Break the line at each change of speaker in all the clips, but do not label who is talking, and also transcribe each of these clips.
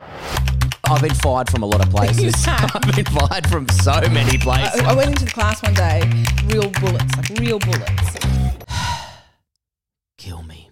I've been fired from a lot of places. I've been fired from so many places.
Uh,
I went into the class one day, real bullets, like real bullets.
Kill me.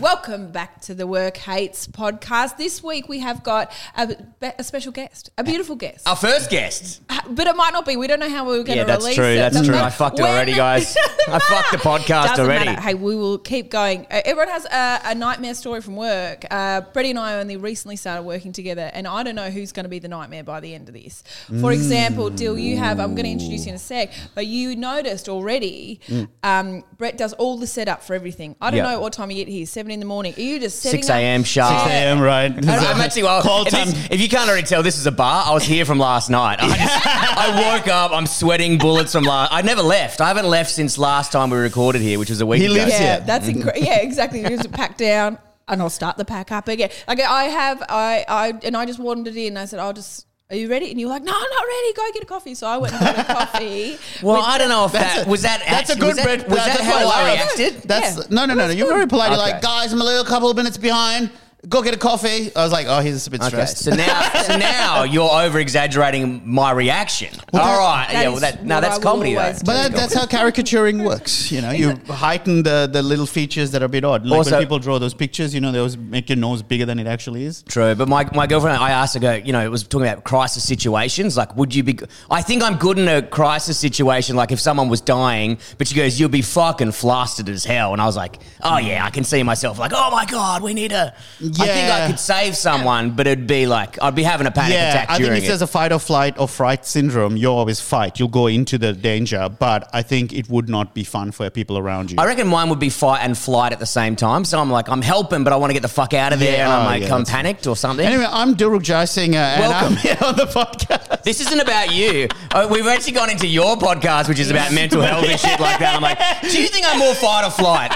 Welcome back to the Work Hates podcast. This week we have got a, be- a special guest, a beautiful guest.
Our first guest.
But it might not be. We don't know how we are going to
Uh, Yeah, that's
release
true.
it.
That's
Doesn't
true.
matter.
I fucked it
We're
already,
not-
guys. I fucked the podcast
Doesn't
already.
matter. Hey, we will keep going. Uh, everyone has a, a nightmare story from work. Uh, Freddie and I only recently started working together, and I don't know who's going to be the nightmare by the end of this.
Mm.
For example, Dill, you have, I'm going to introduce you in a sec, but you noticed already um, Brett does all the setup for everything. I don't
Mm. Yeah.
know what time you get here, 7 in the morning. Are you just setting
6
up-
a.m. sharp.
Yeah.
Damn right.
I- I'm actually well.
Call
if,
time.
this- if you can't already tell, this is a bar. I was here from last night. I, just- I woke up. I'm sweating bullets from last. I never left. I haven't left since last time we recorded here, which was a week
He
ago.
lives
Yeah,
Yeah.
that's incre- yeah, exactly. You just pack down, and I'll start the pack up again. Like I have, I, I, and I just wandered in. I said, "I'll just, are you ready?" And you were like, "No, I'm not ready. Go get a coffee." So I went and got a coffee.
Well, I don't know if that uh, was that.
That's a
act- was
good
that-
bread.
Was that
that's
how
what
I
love.
reacted?
That's
Yeah.
no, no, no, no. You're very polite. You're
Okay.
like, guys, I'm a little couple of minutes behind. Go get a coffee. I was like, oh, he's a bit
Okay,
stressed.
so now, so now you're over exaggerating my reaction. All right,
that is
yeah, well, that, no,
what I
that's
will
comedy though.
always do.
But that, that's how caricaturing works. You know, you heighten the, the little features that are a bit odd. Like
Also-
when people draw those pictures, you know, they always make your nose bigger than it actually is.
True, but my, my girlfriend, I asked her, go, you know, it was talking about crisis situations. Like, would you be? I think I'm good in a crisis situation. Like, if someone was dying, but she goes, you'll be fucking flustered as hell. And I was like, oh yeah, I can see myself. Like, oh my god, we need a. I think I
Yeah.
could save someone, but it'd be like I'd be having a panic
Yeah,
attack
I think
during
if there's
it.
a fight or flight or fright syndrome, you always fight. You'll go into the danger, but I think it would not be fun for people around you.
I reckon mine would be fight and flight at the same time. So I'm like, I'm helping, but I want to get the fuck out of there,
Yeah,
and I'm
oh,
like,
yeah,
I'm
that's-
panicked or something.
Anyway, I'm Duruk Jaisingh, uh, and I'm here on the podcast.
This isn't about you. Uh, we've actually gone into your podcast, which is about mental health and shit like that. I'm like, do you think I'm more fight or flight?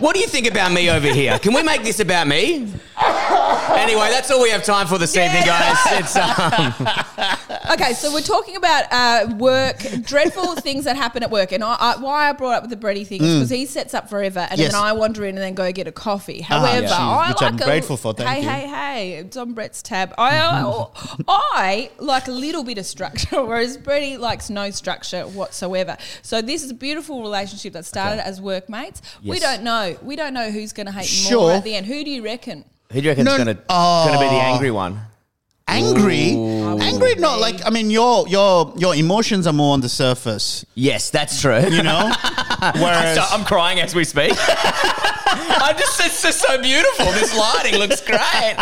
What do you think about me over here? Can we make this about me? Anyway, that's all we have time for this evening, guys. It's, um,
Okay, so we're talking about uh, work, dreadful things that happen at work, and I, I, why I brought up the Brady thing is because he sets up forever, and
Mm. Yes.
then I wander in and then go get a coffee.
Ah,
However,
yeah.
I
Which
like
I'm
a-
grateful for, thank
hey,
you.
hey, hey, it's on Brett's tab. I, I, I like a little bit of structure, whereas Brady likes no structure whatsoever. So this is a beautiful relationship that started as workmates. We
Yes.
don't know. We don't know who's going to hate more
Sure.
at the end. Who do you reckon?
who do you reckon's
No,
gonna
oh.
gonna be the angry one?
Angry, angry. No, like I mean, your your your emotions are more on the surface,
Yes, that's true.
you know. Whereas
So I'm crying as we speak. I just it's just so beautiful. This lighting looks great.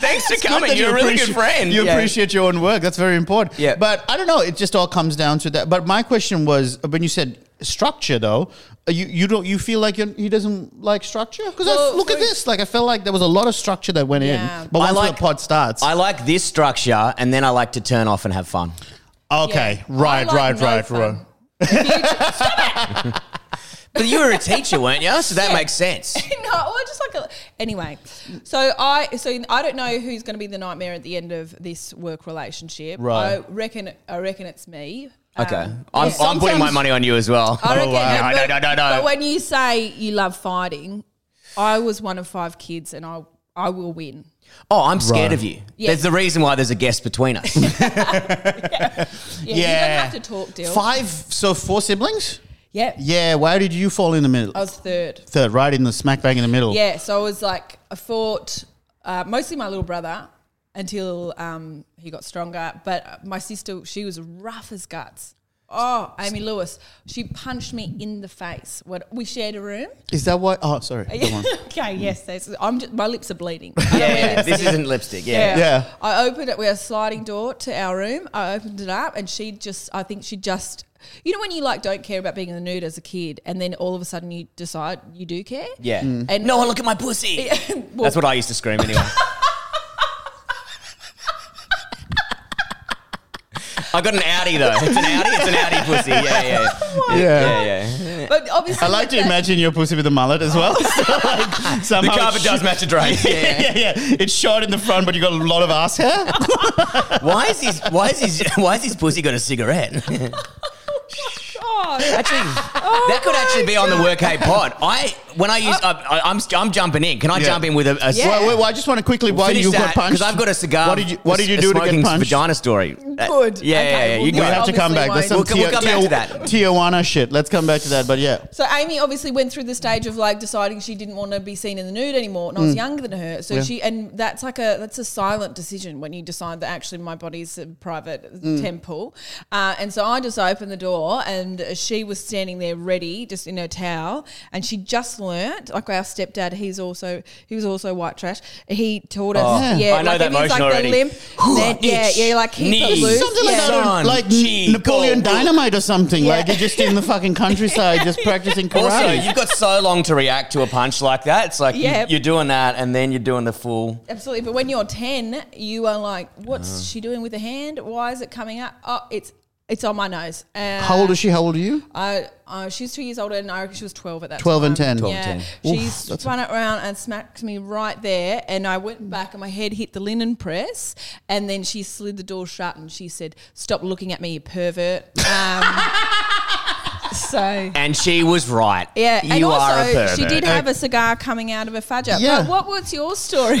Thanks for
Good
coming.
that
You're a really good
appreciate-
friend.
You
Yeah.
appreciate your own work. That's very important.
Yeah.
But I don't know. It just all comes down to that. But my question was when you said structure, though, uh, you, you don't you feel like you're, he doesn't like structure? Because
Well,
look at
for-
this. Like I felt like there was a lot of structure that went
Yeah.
in. But
I
once
like-
the pod starts,
I like this structure, and then I like to turn off and have fun.
okay,
Yeah.
right,
I like
right,
no
right,
fun.
right.
If you-
But you were a teacher, weren't you? So that makes sense.
no, well, just like a, anyway. So I, so I don't know who's going to be the nightmare at the end of this work relationship. I
Right.
reckon, I reckon it's me.
Okay,
Um,
I'm,
yeah.
I'm putting my money on you as well.
I reckon,
No,
but,
no, no, no,
But
no.
when you say you love fighting, I was one of five kids, and I, I will win.
oh, I'm scared of you.
Yeah.
There's the reason why there's a guest between us. That's
Yeah,
Yeah.
you don't have to talk, Dill.
Five, so four siblings?
Yeah,
Yeah, where did you fall in the middle?
I was third.
Third, right in the smack bang in the middle.
Oh. Yeah, so I was like, I fought uh, mostly my little brother until um, he got stronger. But my sister, she was rough as guts. Oh, Amy Lewis, she punched me in the face. When we shared a room.
Is that why? Oh, sorry. Go on.
okay, yes, that's, I'm just, my lips are bleeding.
yeah, this isn't lipstick.
Yeah.
Yeah.
Yeah.
I opened it. We had a sliding door to our room. I opened it up, and she just. I think she just. You know when you like don't care about being in the nude as a kid, and then all of a sudden you decide you do care.
yeah.
And
No one look at my pussy.
Well,
That's what I used to scream anyway. I got an Audi though. It's an Audi. It's an Audi pussy. Yeah, yeah, yeah, yeah. yeah.
But obviously,
I like
with
to
that-
imagine your pussy with a mullet as well. So like,
The
somehow
carpet
it's-
does match a drape. Yeah.
Yeah, yeah. It's short in the front, but you got a lot of ass hair.
Why is his Why is his Why is his pussy got a cigarette?
Oh,
Actually, that could actually be on the work hey pod. I when I use I, I, I'm I'm jumping in. Can I
Yeah.
jump in with a, a
Well, wait, well, I just want to quickly why
Finish
you
that,
got punched
because I've got a cigar.
What did you What did you do to get
smoking
punched?
Vagina story.
Good.
Yeah,
Okay,
yeah, yeah.
well,
You
We
go.
I
have to come
obviously
back. There's some
won't.
We'll- we'll come back to that.
Tijuana shit. Let's come back to that. But yeah,
So Amy obviously went through the stage of like deciding she didn't want to be seen in the nude anymore,
Mm.
and I was younger than her. So she and that's like a that's a silent decision when you decide that actually my body's a private
Mm.
temple. Uh, and so I just opened the door, and she was standing there ready, just in her towel, and she just learnt like our stepdad. He's also he was also white trash. He taught us,
Oh,
yeah,
I know
like
that
if he's
motion
like
already.
the limp, then, yeah,
Itch,
yeah, like keep
knee.
it loose,
something like
yeah.
that,
Son,
on, like
chico.
Napoleon Dynamite or something.
Yeah.
Like you're just in the fucking countryside, just practicing karate.
Also, you've got so long to react to a punch like that. It's like
Yeah.
you, are doing that, and then you're doing the full.
Absolutely, but when you're ten, you are like, "What's she doing with her hand? Why is it coming up? Oh, it's it's on my nose." Uh,
How old is she? How old are you?
I, uh, she's two years older, and I reckon she was twelve at that.
12 and
time.
10. 12
yeah,
and 10.
she
Oof, that's
spun it around and smacked me right there, and I went back, and my head hit the linen press, and then she slid the door shut, and she said, "Stop looking at me, you pervert." Um, so.
And she was right.
Yeah,
you
and
are a
also
pervert.
she did have a cigar coming out of her fudger.
Yeah.
But what was your story?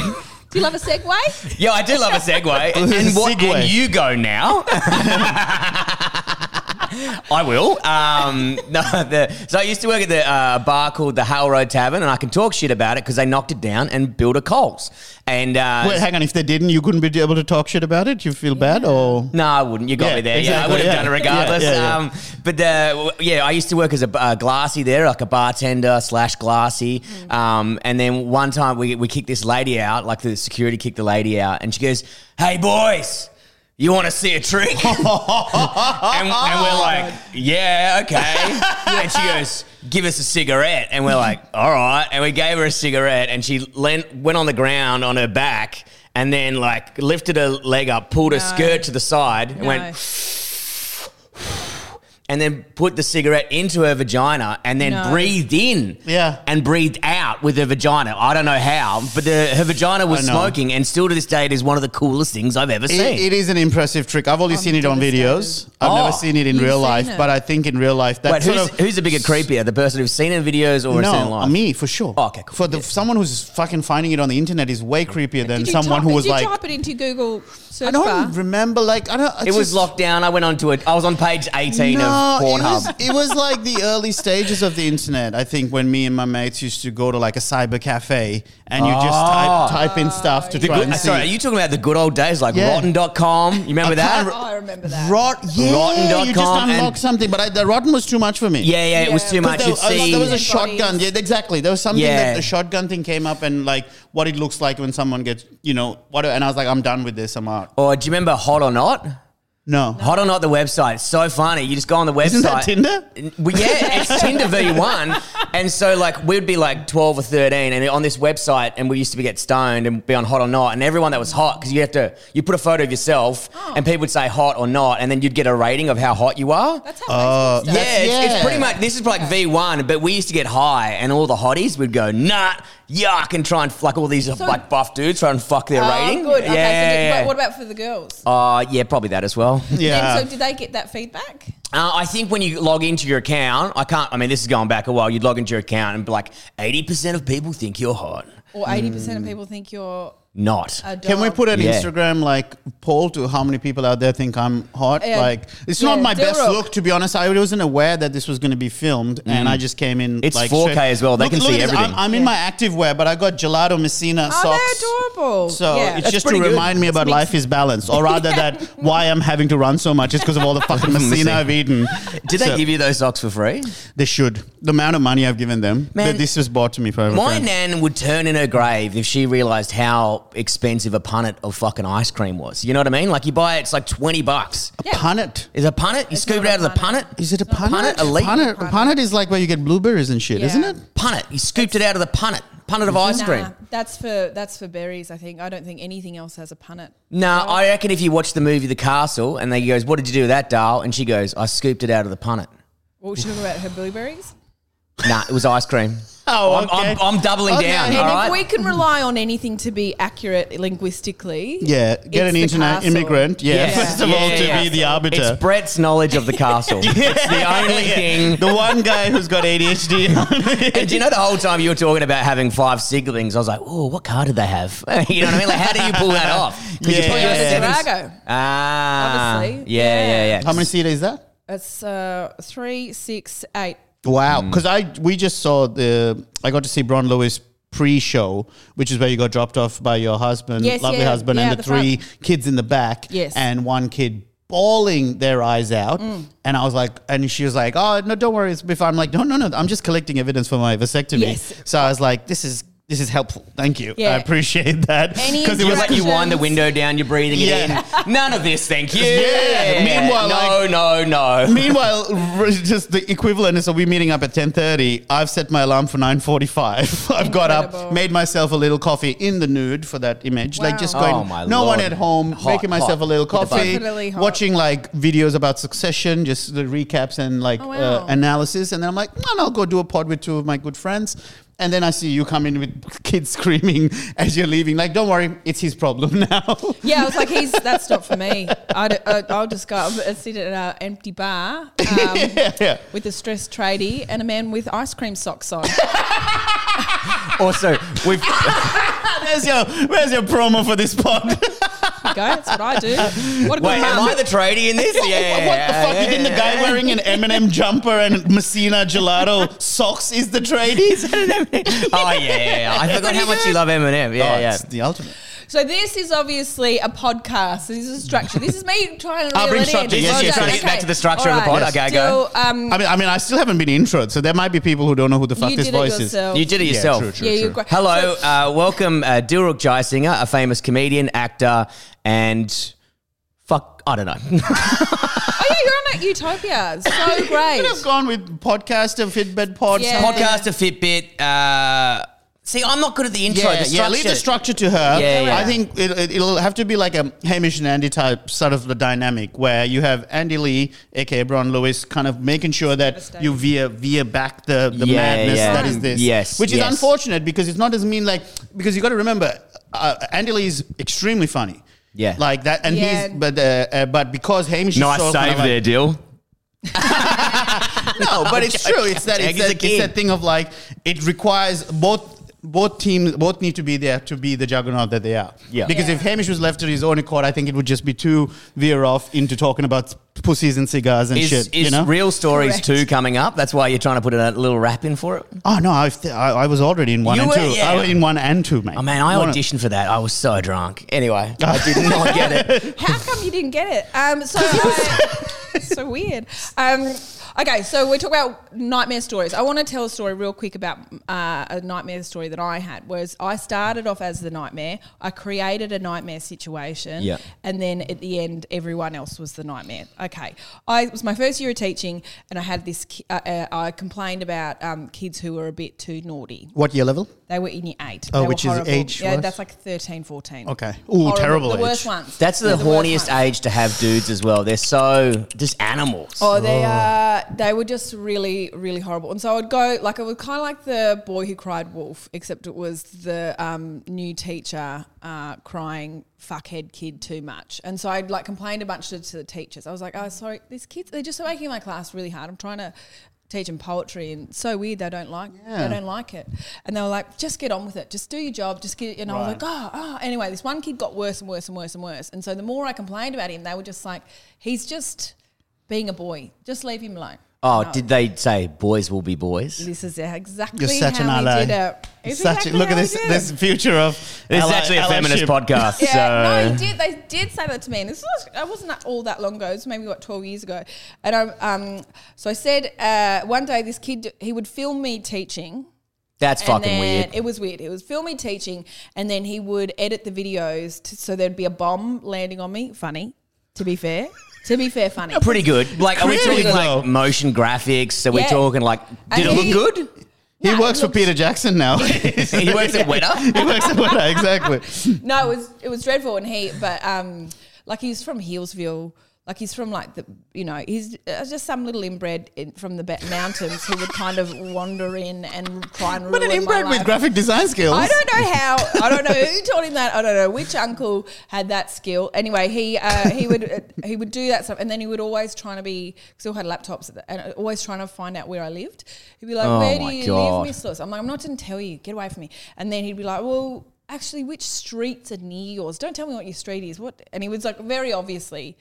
Do you love a segue?
Yeah, I do love a segue. and,
This is a
what-
segue.
and you go now. I will. Um, no, the, so I used to work at the uh, bar called the Hale Road Tavern, and I can talk shit about it because they knocked it down and built a Coles. And uh,
Wait, hang on. If they didn't, you couldn't be able to talk shit about it. You feel bad, or
No, I wouldn't. You got
Yeah,
me there. yeah, I
exactly,
would have
yeah.
done it regardless.
Yeah, yeah, yeah.
Um, but uh, w- yeah, I used to work as a uh, glassy there, like a bartender slash glassy. Um, and then one time we, we kicked this lady out, like the security kicked the lady out, and she goes, "Hey boys." You want to see a trick? and, and we're like, yeah, okay. and she goes, give us a cigarette. And we're like, all right. And we gave her a cigarette and she leant, went on the ground on her back and then like lifted her leg up, pulled her
No.
skirt to the side and
No.
went, and then put the cigarette into her vagina and then
No.
breathed in
Yeah.
and breathed out with her vagina. I don't know how, but the, her vagina was
I know.
smoking and still to this day it is one of the coolest things I've ever seen.
It, it is an impressive trick. I've only
I'm
seen it on
devastated.
videos. I've never
Oh.
seen it in
You've
real
seen
life,
it.
but I think in real life that
Wait,
sort
who's,
of
who's a bigger creepier? The person who's seen it in videos or has seen it
no,
live?
me for sure.
Oh, okay, cool.
For the someone who's fucking finding it on the internet is way creepier than
Did you
someone
type
who
it-
was
did
like.
you type it into Google search
I don't
bar?
remember. Like I don't.
It was locked down. I went on to it. I was on page 18 of
it was,
Pornhub.
it was like the early stages of the internet. I think when me and my mates used to go to like a cyber cafe and you just type, type in stuff to
Ah. The
try
good,
and see.
sorry, are you talking about the good old days like
Yeah.
rotten.com? You remember that?
oh, I remember that.
Rot, yeah,
Rotten.com
you just
and-
unlocked something, but I, the rotten was too much for me.
yeah, yeah, it was
Yeah.
too
'Cause
much.
There,
You'd
uh,
see-
there was a
Bodies.
shotgun. Yeah, exactly. There was something
Yeah.
that the shotgun thing came up and like what it
Oh,
looks like when someone gets, you know, what. And I was like, I'm done with this. I'm out.
Or do you remember Hot or Not?
No.
Hot or not, the website. It's so funny. You just go on the website.
Isn't that Tinder?
Well, yeah, it's Tinder V1. And so, like, we'd be like 12 or 13 and on this website, and we used to be get stoned and be on hot or not. And everyone that was hot, because you have to, you put a photo of yourself,
Oh.
and people would say hot or not. And then you'd get a rating of how hot you are.
That's how Facebook
yeah,
started.
It's, it's
Uh, yeah.
pretty much this is like V1, but we used to get high, and all the hotties would go nut, yuck, and try and like all these like buff dudes try and fuck their
Oh,
rating.
good.
Yeah,
Okay, so did-
yeah.
but what about for the girls?
Uh, yeah, probably that as well.
Yeah.
And so did they get that feedback?
Uh, I think when you log into your account, I can't. I mean, this is going back a while. You'd log into your account and be like, eighty percent of people think you're hot.
Or 80%
Mm.
of people think you're
Not.
a dog?
Can we put an
Yeah.
Instagram like poll to how many people out there think I'm hot?
Yeah.
Like, it's
Yeah,
not my
do
best
it.
look to be honest. I wasn't aware that this was going to be filmed, and I just came in.
Mm. It's
like,
4K
straight-
as well. They
Look-
can
look
see
at this. I'm-
everything.
I'm, in my active wear, but I got gelato Messina
Oh,
socks.
they're adorable.
So
yeah.
it's just to
pretty good.
remind me about life is balance, or rather that why I'm having to run so much is because of all the fucking Messina I've eaten.
Did they
So-
give you those socks for free?
They should. The amount of money I've given them.
Man,
that this was bought to me forever.
My nan would turn in her grave if she realized how expensive a punnet of fucking ice cream was. You know what I mean? Like you buy it, it's like twenty bucks.
Yeah.
punnet.
Is it a punnet? You
It's
scoop it
not a
out of the punnet.
punnet.
Is it a punnet?
punnet, a leaf.
punnet, punnet is like where you get blueberries and shit,
Yeah.
isn't it?
Punnet. You scooped it out of the punnet. Punnet of ice
Nah,
cream.
that's for that's for berries. I think I don't think anything else has a punnet.
No, I reckon if you watch the movie The Castle and they goes, What did you do with that, doll? And she goes, I scooped it out of the punnet.
What was she talking about? Her blueberries.
Nah, it was ice cream.
Oh,
I'm, I'm, I'm doubling
Okay.
down.
And
all
and
right?
if we can rely on anything to be accurate linguistically,
Yeah,
It's
get an
the
internet
castle.
immigrant. Yeah,
Yeah.
first of
Yeah,
all, to
yeah.
be the arbiter.
it's Brett's knowledge of the castle. It's the only thing.
the one guy who's got ADHD.
And do you know the whole time you were talking about having five siblings, I was like, oh, what car did they have? you know what I mean? Like, how do you pull that off? 'Cause you
Yeah.
put
Well,
your
it's
seven-
Drago.
Ah,
Obviously.
Yeah, yeah, yeah.
How many seed is that?
That's uh, three, six, eight.
Wow, because I we just saw the I got to see Bron Lewis pre-show, which is where you got dropped off by your husband,
Yes,
lovely
yeah,
husband,
yeah,
and the,
the front.
three kids in the back.
Yes. Mm.
and one kid bawling their eyes out, and I was like, and she was like, oh no, don't worry, it's before. I'm like, no, no, no, I'm just collecting evidence for my vasectomy.
Yes.
So I was like, this is this is helpful. Thank you, I
Yeah.
appreciate that
Any
it
It was
was
like you wind the window down, you're breathing it
Yeah.
in. None of this, thank you.
Yeah. Meanwhile,
no, no, no.
Meanwhile, r- just the equivalent is so we're meeting up at ten thirty. I've set my alarm for nine forty-five. I've got up,
Incredible.
made myself a little coffee in the nude for that image, like just
Wow.
going.
Oh, my
no
Lord.
one at home,
Hot,
making myself
hot.
a little
Hit the button.
coffee,
Definitely hot.
watching like videos about Succession, just the recaps and like
Oh,
uh,
wow.
analysis, and then I'm like, man, I'll go do a pod with two of my good friends. And then I see you come in with kids screaming as you're leaving. Like, don't worry, it's his problem now.
Yeah, I was like, he's that's not for me. I d- I, I'll just go up and sit at an uh, empty bar um,
yeah.
with a stressed tradie and a man with ice cream socks on.
Also, we've.
Where's your Where's your promo for this pod?
There you go. That's what I do. What a good
Wait, am
mum.
I the tradie in this? Yeah.
What- what the fuck? you think the guy wearing an Eminem jumper and Messina gelato socks is the tradies?
Oh yeah, yeah, yeah. I forgot how much you love Eminem. Yeah, yeah.
It's the ultimate.
So this is obviously a podcast. This is a structure. This is me trying to
I'll
reel
bring
it
structure.
in.
Yes,
Well
yes,
done.
yes. Get
back to the structure of the
All
pod. Okay, go.
Still, um,
I mean, I mean, I still haven't been introed, so there might be people who don't know who the fuck
you
this
did it
voice
yourself.
You did it
Yeah,
yourself.
true, true.
yeah, you're great.
Hello,
So-
uh, welcome, uh, Dilruk Jaisinger, a famous comedian, actor, and fuck, I don't know.
oh yeah, you're on at Utopia. So
is.
great.
Could have gone with podcast and Fitbit pod.
Yeah.
something.
Podcaster, Fitbit. Uh, see, I'm not good at the intro.
Yeah,
the
yeah, leave the structure to her.
Yeah, yeah.
I think it, it, it'll have to be like a Hamish and Andy type sort of the dynamic where you have Andy Lee, aka Bron Lewis, kind of making sure that you veer veer back the, the
Yeah,
madness
yeah.
that is this.
Yes,
which is
yes.
unfortunate because it's not as mean like because you got to remember uh, Andy Lee is extremely funny.
Yeah.
like that, and
Yeah.
he's but uh, uh, but because Hamish is so kind of like-
Dill.
no, Oh, but it's true. It's that
Jack
it's
is a
that, it's
king.
that thing of like it requires both both teams both need to be there to be the juggernaut that they are.
Yeah.
Because if Hamish was left to his own accord, I think it would just be too veer off into talking about pussies and cigars and
Is,
shit.
is
you know.
Real Stories
Correct.
2 coming up? That's why you're trying to put a little rap in for it?
oh no, I've th- I, I was already in one
You
and
were-
two.
yeah.
I was in one and two, mate.
Oh man, I
One-
auditioned for that. I was so drunk. Anyway, I did not get it.
How come you didn't get it? Um, so I, so weird. Um, Okay, so we talk about nightmare stories. I want to tell a story real quick about uh, a nightmare story that I had. Was I started off as the nightmare? I created a nightmare situation,
Yeah.
and then at the end, everyone else was the nightmare. Okay, I it was my first year of teaching, and I had this. ki- Uh, uh, I complained about um, kids who were a bit too naughty.
What year level?
They were in year eight.
Oh,
They were
which is
horrible.
age
Yeah,
wise?
that's like 13, 14.
Okay. Ooh,
Horrible.
terrible
The
age.
worst ones.
That's
They're
the,
worst
horniest
ones.
age to have dudes as well. They're so just animals.
Oh, they uh, they were just really, really horrible. And so I would go like I was kind of like the boy who cried wolf, except it was the um, new teacher uh, crying fuckhead kid too much. And so I'd like complained a bunch to, to the teachers. I was like, oh, sorry, these kids they're just making my class really hard. I'm trying to teach them poetry and it's so weird they don't like they don't like it and they were like just get on with it just do your job just get and I was like oh, oh anyway this one kid got worse and worse and worse and worse and so the more I complained about him they were just like he's just being a boy. Just leave him alone.
Oh, did they say boys will be boys?
This is exactly
You're such an
how
ally.
we did it. It's
Such
exactly
a, look
how
at
we
this
did
this
it.
future of
This is
ally-
actually a feminist
allyship.
podcast.
Yeah,
so
no, he did. They did say that to me, and this was I wasn't that all that long ago. It was maybe what twelve years ago, and I um so I said uh, one day this kid he would film me teaching.
that's
and
fucking
then
weird.
It was weird. It was film me teaching, and then he would edit the videos to, so there'd be a bomb landing on me. Funny, to be fair. to be fair, funny.
Pretty good. Like, are we talking
Pretty good,
like
though.
motion graphics? So we're
Yeah.
talking like, did
And
it
he-
look good?
He
No,
works for
look-
Peter Jackson now.
He works at Weta.
He works at Weta, exactly.
No, it was it was dreadful, and he but um like he's from Hillsville. Like he's from like the you know he's uh, just some little inbred in, from the ba- mountains who would kind of wander in and try and
But
ruin
an
my
inbred with
life.
graphic design skills.
I don't know how. I don't know who taught him that. I don't know which uncle had that skill. Anyway, he uh, he would uh, he would do that stuff, and then he would always trying to be still had laptops at the, and always trying to find out where I lived. He'd be like,
Oh
"Where
my
do you
God.
live, Miss Lewis?" I'm like, "I'm not going to tell you. Get away from me." And then he'd be like, "Well." Actually, which streets are near yours? Don't tell me what your street is. What? And he was like, very obviously,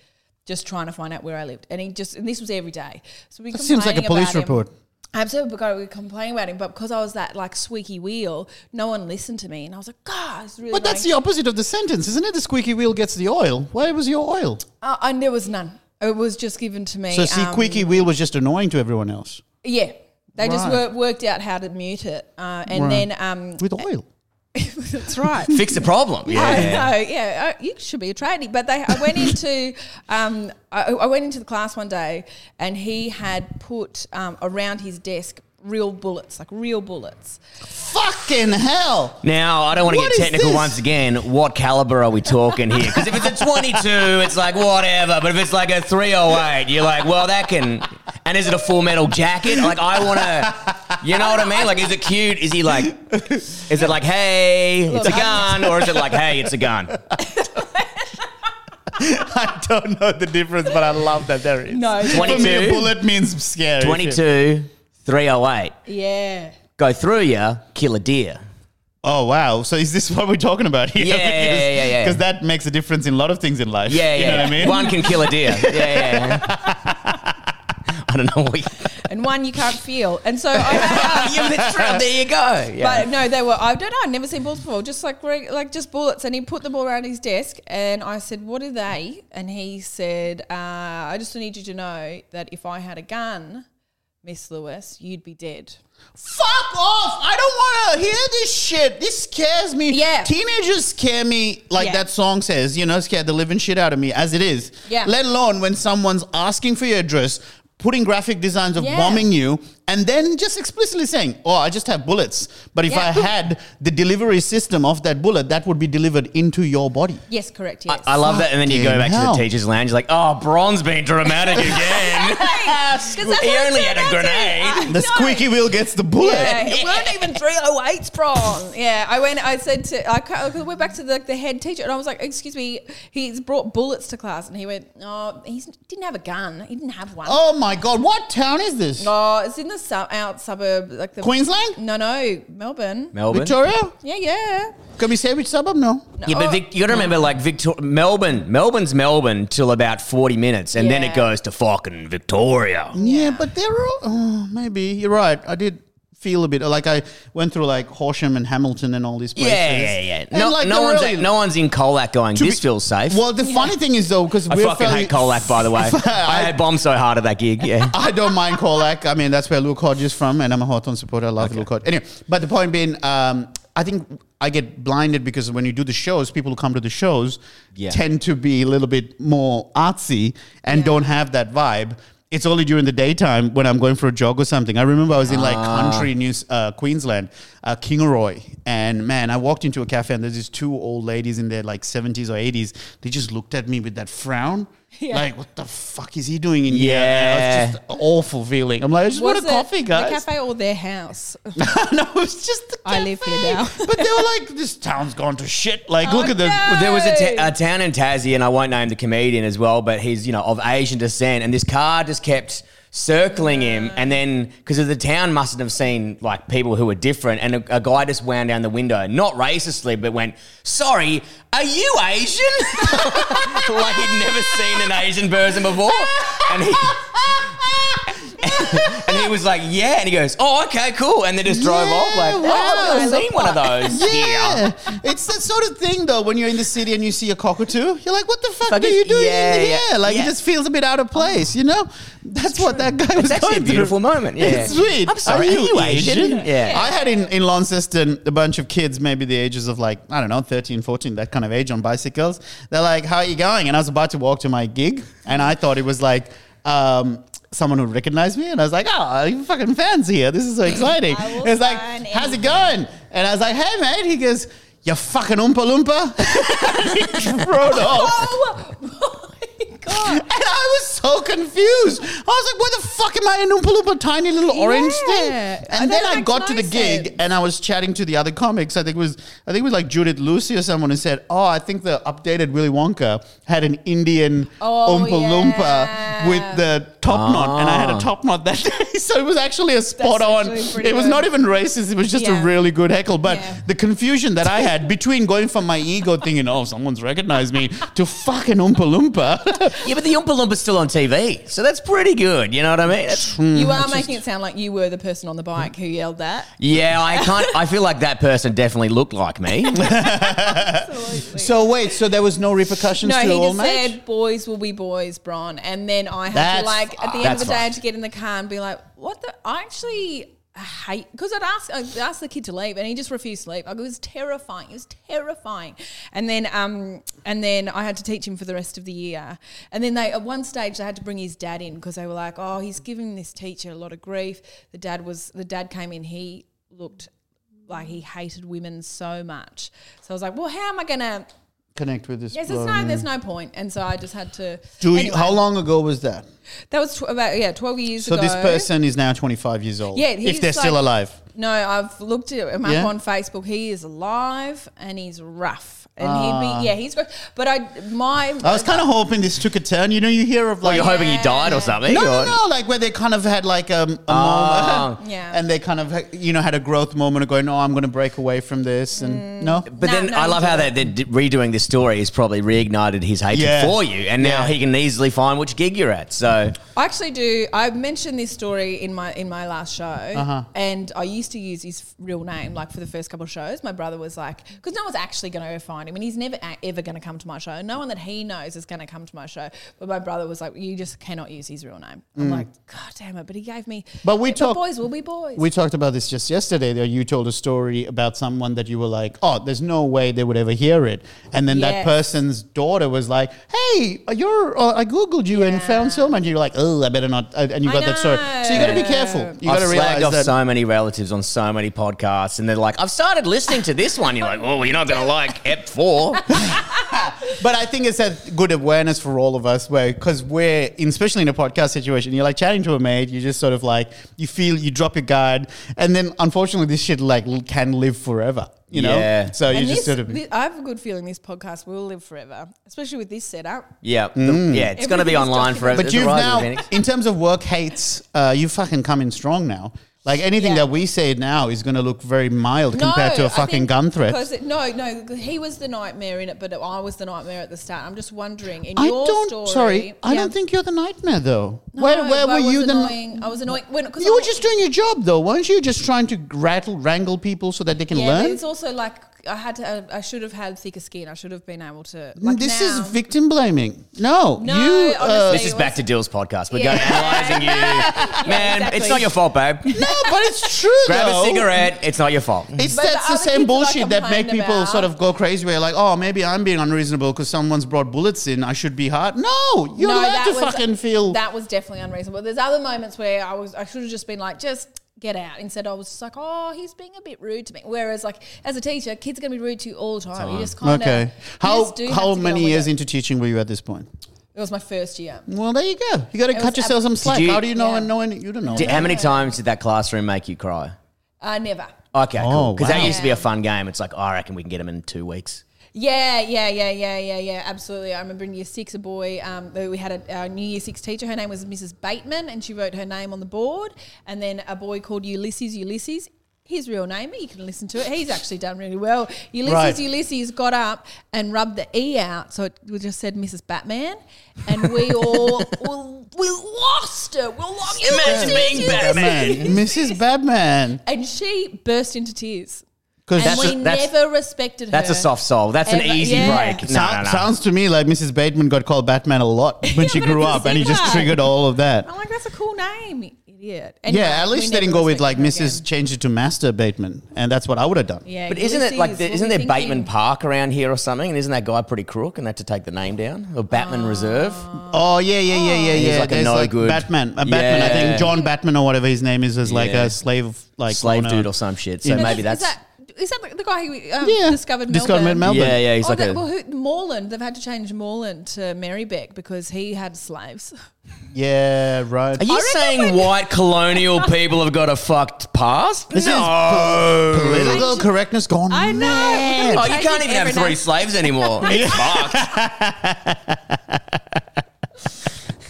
just trying to find out where I lived. And he just, and this was every day. So we
That seems like a
complaining
police
about him.
report.
Absolutely, because we were complaining about him, but because I was that like squeaky wheel, no one listened to me, and I was like, "God, it's really."
But that's the
annoying."
opposite of the sentence, isn't it? The squeaky wheel gets the oil. Where was your oil?
Uh, and there was none. It was just given to me.
So see,
um,
squeaky wheel was just annoying to everyone else
Yeah, they just
Right.
wor- worked out how to mute it, uh, and
Right.
then um,
with oil.
that's right.
Fix the problem.
I know, yeah. I, you should be a tradie. But they, I went into, um, I, I went into the class one day, and he had put um, around his desk real bullets, like real bullets.
Fucking hell!
Now, I don't want to
What
get
is
technical
this?
once again. What caliber are we talking here? Because if it's a 22, it's like whatever. But if it's like a 308, you're like, well, that can. And is it a full metal jacket? Like, I want to. You know what I mean? Like, is it cute? Is he like. Is it like, hey, it's a gun? Or is it like, hey, it's a gun?
I don't know the difference, but I love that there is.
No,
For me, a
22,
bullet means scary.
22, 308.
yeah.
Go through you, kill a deer.
Oh wow! So is this what we're talking about here?
Yeah, yeah, yeah, yeah, yeah.
Because that makes a difference in a lot of things in life.
Yeah, yeah.
You know what I mean?
One can kill a deer. Yeah, yeah. yeah. I don't know what. You-
and one you can't feel. And so, I,
Yeah, that's true. There you go. Yeah.
but no, they were. I don't know. I've never seen bullets before. Just like reg- like just bullets. And he put them all around his desk. And I said, "What are they?" And he said, uh, "I just need you to know that if I had a gun, Miss Lewis, you'd be dead."
Fuck off! I don't want to hear this shit. This scares me.
Yeah.
Teenagers scare me, like
Yeah.
that song says, you know, scare the living shit out of me as it is.
Yeah.
Let alone when someone's asking for your address, putting graphic designs of
Yeah.
bombing you, and then just explicitly saying, oh, I just have bullets. But if
Yeah.
I had the delivery system of that bullet, that would be delivered into your body.
Yes, correct.
I,
Yes.
I love that. And then you go
Fucking
back
hell.
to the teacher's lounge. You're like, oh, Bron's being dramatic again.
Because that's
He
what it
only had
turned
a
out to be.
grenade.
Uh,
The
no.
squeaky wheel gets the bullet.
Yeah, it weren't even 308s prawn. Yeah, I went, I said to, I, ca- I went back to the, the head teacher and I was like, excuse me, he's brought bullets to class. And he went, oh, he didn't have a gun. He didn't have one.
Oh my god, what town is this?
Oh, it's in the su- out suburb, like the
Queensland?
No, no, Melbourne.
Melbourne.
Victoria?
yeah, yeah.
Can we say which suburb? No.
Yeah, but Vic, you got to
Oh.
remember, like, Victor- Melbourne. Melbourne's Melbourne till about 40 minutes. And then
Yeah.
it goes to fucking Victoria.
Yeah, but they're all. Oh, maybe you're right. I did feel a bit like I went through like Horsham and Hamilton and all these places.
Yeah, yeah, yeah.
And,
No,
like,
no
they're
one's
really-
no one's in Colac going.
to
This
be-
feels safe.
Well, the funny thing is though, because
I
we're
fucking
fairly-
hate Colac, by the way. I, had bombed so hard at that gig. Yeah.
I don't mind Colac. I mean, that's where Luke Hodge is from, and I'm a Hawthorn supporter. I love Luke Hodge. Anyway, but the point being, um, I think I get blinded because when you do the shows, people who come to the shows
Yeah.
tend to be a little bit more artsy and don't have that vibe. It's only during the daytime when I'm going for a jog or something. I remember I was in like country New uh, Queensland, uh, Kingaroy, and man, I walked into a cafe and there's these two old ladies in their like 70s or 80s. They just looked at me with that frown, like, "What the fuck is he doing in here?" And I was
Yeah.
just awful feeling. I'm like, I just want
Was
a
it
coffee, guys. Oh.
The cafe or their house?
no, it was just the cafe.
I live here now.
but they were like, this town's gone to shit. Like, look at the.
no.
Well, there was a, ta- a town in Tassie, and I won't name the comedian as well, but he's you know of Asian descent, and this car just kept circling him, and then because the town mustn't have seen like people who were different, and a, a guy just wound down the window, not racistly, but went, "Sorry, are you Asian?" like he'd never seen an Asian person before, and he. and he was like, "Yeah," and he goes, "Oh, okay, cool," and then just drove
Yeah,
off. Like, oh,
wow.
I've never seen one of those.
Yeah. it's that sort of thing though. When you're in the city and you see a cockatoo, you're like, "What the fuck
Fuck
are
it.
you doing
Yeah,
in
yeah,
here?" Like it
yeah.
just feels a bit out of place, you know. That's what that guy
It's
was
actually a
going through.
beautiful moment. Yeah.
It's sweet.
I'm sorry. Are you Asian? Yeah.
I had in, in Launceston a bunch of kids, maybe the ages of like, I don't know, 13, 14, that kind of age on bicycles. They're like, How are you going? And I was about to walk to my gig, and I thought it was like, um, Someone who recognized me, and I was like, "Oh, you fucking fans here! This is so exciting!"
I will
It's like,
sign
"How's it going?" And I was like, "Hey, mate!" He goes, "You fucking oompa loompa!" he rode off.
Oh my god!
And I was so confused. I was like, "Where the fuck am I in Oompa Loompa, tiny little orange
Yeah.
thing?"
And
And then
that
I
makes
got to
no
the gig,
sense.
and I was chatting to the other comics. I think it was, I think it was like Judith Lucy or someone who said, "Oh, I think the updated Willy Wonka had an Indian
Oh,
Oompa
yeah.
Loompa with the top knot, and I had a top knot that day, so it was actually a spot on.
actually
It
pretty
was
good.
not even racist. It was just a
Yeah.
really good heckle. But
Yeah.
the confusion that I had between going from my ego thinking, "Oh, someone's recognized me," to fucking Oompa Loompa.
Yeah, but the Oompa Loompa's still on TV, so that's pretty good. You know what I mean? That's-
Hmm. Mm,
you are making it sound like you were the person on the bike who yelled that.
yeah, I can't. I feel like that person definitely looked like me.
So wait, so there was no repercussions
No,
to
he
the all
just
match?
said, "Boys will be boys, Bron." And then I had
That's
to like at the end of
That's
the day, I
fine.
had to get in the car and be like, "What the?" I actually hate because I'd ask I'd ask the kid to leave, and he just refused to leave. Like, it was terrifying. It was terrifying. And then um and then I had to teach him for the rest of the year. And then they at one stage they had to bring his dad in because they were like, "Oh, he's giving this teacher a lot of grief." The dad was the dad came in. He looked like he hated women so much. So I was like, "Well, how am I gonna?"
Connect with this.
Yes, there's no, there's no point, and so I just had to.
Do you,
Anyway,
how long ago was that?
That was tw- about yeah, twelve years
So
ago.
this person is now 25 years old.
Yeah,
if
he's
they're still
like-
alive.
No, I've looked at him
Yeah?
up on Facebook. He is alive and he's rough, and
Ah.
he'd be yeah, he's great. But I my
I was kind of hoping this took a turn. You know, you hear of
Well,
like
you're hoping he died or something.
no,
or- Ah.
no, no, like where they kind of had like um, a moment,
Yeah.
and they kind of you know had a growth moment of going, no, I'm going to break away from this,
Mm.
and no,
But
No,
then
no,
I love
you
how
did
that they're d- redoing this story has probably reignited his hatred
Yeah.
for you, and now
Yeah.
he can easily find which gig you're at. So
I actually do. I mentioned this story in my in my last show,
Uh-huh.
and I used to use his real name like for the first couple of shows. My brother was like, because no one's actually going to go find him, and he's never a- ever going to come to my show. No one that he knows is going to come to my show. But my brother was like, you just cannot use his real name. I'm like, God damn it! But he gave me.
Mm. But we talk-
boys will be boys.
We talked about this just yesterday. That you told a story about someone that you were like, "Oh, there's no way they would ever hear it," and then that
Yes.
person's daughter was like, "Hey, you're." Uh, I googled you and found so much. You're like, "Oh, I better not." uh, And you
I
got that story. So you got to be
know.
careful. You got
I've
to
slagged
realize
off
that.
so many relatives on so many podcasts, and they're like, "I've started listening to this one." You're like, "Oh, you're not going to like Ep 4.
But I think it's that good awareness for all of us, where because we're in, especially in a podcast situation, you're like chatting to a mate, you just sort of like you feel you drop your guard, and then unfortunately this shit like l- can live forever, you know.
Yeah.
So you
and this,
just sort of.
thi- I have a good feeling this podcast will live forever, especially with this setup.
Yeah, the-
Hmm.
yeah, it's going to
Everything
be
is
online
documented.
forever.
But
It's the
you've
rise of
now,
Phoenix.
in terms of work hates, uh, you fucking come in strong now. Like anything
Yeah.
that we say now is going to look very mild compared to a
I
fucking
think
gun threat.
because it- no, no, he was the nightmare in it, but I was the nightmare at the start. I'm just wondering in
I
your
don't.
story.
sorry, I
Yeah.
don't think you're the nightmare though.
No,
where
no,
where
but I
were
was
you the?
annoying? I was annoying. When, 'cause
You were
I-
just doing your job though, weren't you? Just trying to rattle, wrangle people so that they can
yeah, but
learn.
it's also like I had to. I should have had thicker skin. I should have been able to. Like
this
now,
is victim blaming. No,
No,
you. Uh,
honestly.
This is back to Dill's podcast. We're
Yeah.
going analysing you. Man, it's
exactly.
not your fault, babe.
no, but it's true.
Grab
though.
a cigarette. It's not your fault.
It's
But
that's
the
the
other
same
people that
bullshit that make
complain
people
about-
sort of go crazy. Where like, oh, maybe I'm being unreasonable because someone's brought bullets in. I should be hard. No, you're allowed
that
to
was-
fucking feel.
that was definitely unreasonable. There's other moments where I was I should have just been like just get out. Instead, I was just like, oh, he's being a bit rude to me. Whereas, like as a teacher, kids are gonna be rude to you all the time. You just kind of
okay. How how many years
It.
into teaching were you at this point?
it was my first year.
Well, there you go. You got to
It
cut
was
yourself
ab-
some slack.
you-
how do you know
Yeah.
and know? Any, you don't know.
Did- how many times did that classroom make you cry?
Uh, never.
Okay, cool.
Oh,
Because
wow.
that used to be a fun game. It's like, oh, I reckon we can get them in two weeks.
Yeah, yeah, yeah, yeah, yeah, yeah. Absolutely. I remember in year six, a boy, um, we had a, our new year six teacher. Her name was Mrs. Bateman, and she wrote her name on the board. And then a boy called Ulysses, Ulysses. His real name, you can listen to it. He's actually done really well. Ulysses,
Right.
Ulysses got up and rubbed the E out, so it we just said Mrs. Batman, and we all we, we lost it. We lost Ulysses,
Imagine being
Ulysses.
Batman.
Mrs. Batman.
And she burst into tears,
Because
and
That's
we
a- that's-
never respected her.
That's a soft soul. That's an
Ever-
easy
yeah.
break. No, no, no.
sounds to me like Mrs. Bateman got called Batman a lot when she
but it
grew
doesn't
up, and he
seem
just
right.
triggered all of that.
I'm like, that's a cool name, you idiot. Anyway,
Yeah, at
we
least they
never
didn't go with like
respected her
Mrs.
again.
Change it to Master Bateman, and that's what I would have done.
Yeah,
But isn't it like,
Ulysses,
there,
what
isn't
were
there
you
Bateman
thinking?
Park around here or something? And isn't that guy pretty crook and they had to take the name down? Or Batman Reserve?
Oh yeah, yeah, yeah, yeah,
He's
yeah.
like a
There's
no
like
good-
Batman, uh, Batman. I
Yeah.
think John Batman or whatever his name is is like
Yeah.
a slave, like
Slave
owner.
dude or some shit. So
Yeah.
maybe
Is
that's.
that, is that the- the guy who um,
Yeah,
discovered Melbourne?
Discovered Melbourne.
yeah, yeah, he's
oh,
like
that,
a.
well, who, Moreland. They've had to change Moreland to Marybeck because he had slaves.
Yeah, right.
Are you saying white colonial people have got a fucked past?
This is
no.
political correctness gone?
I know.
mad.
oh, you can't even have
Every
three
now-
slaves anymore. It's fucked.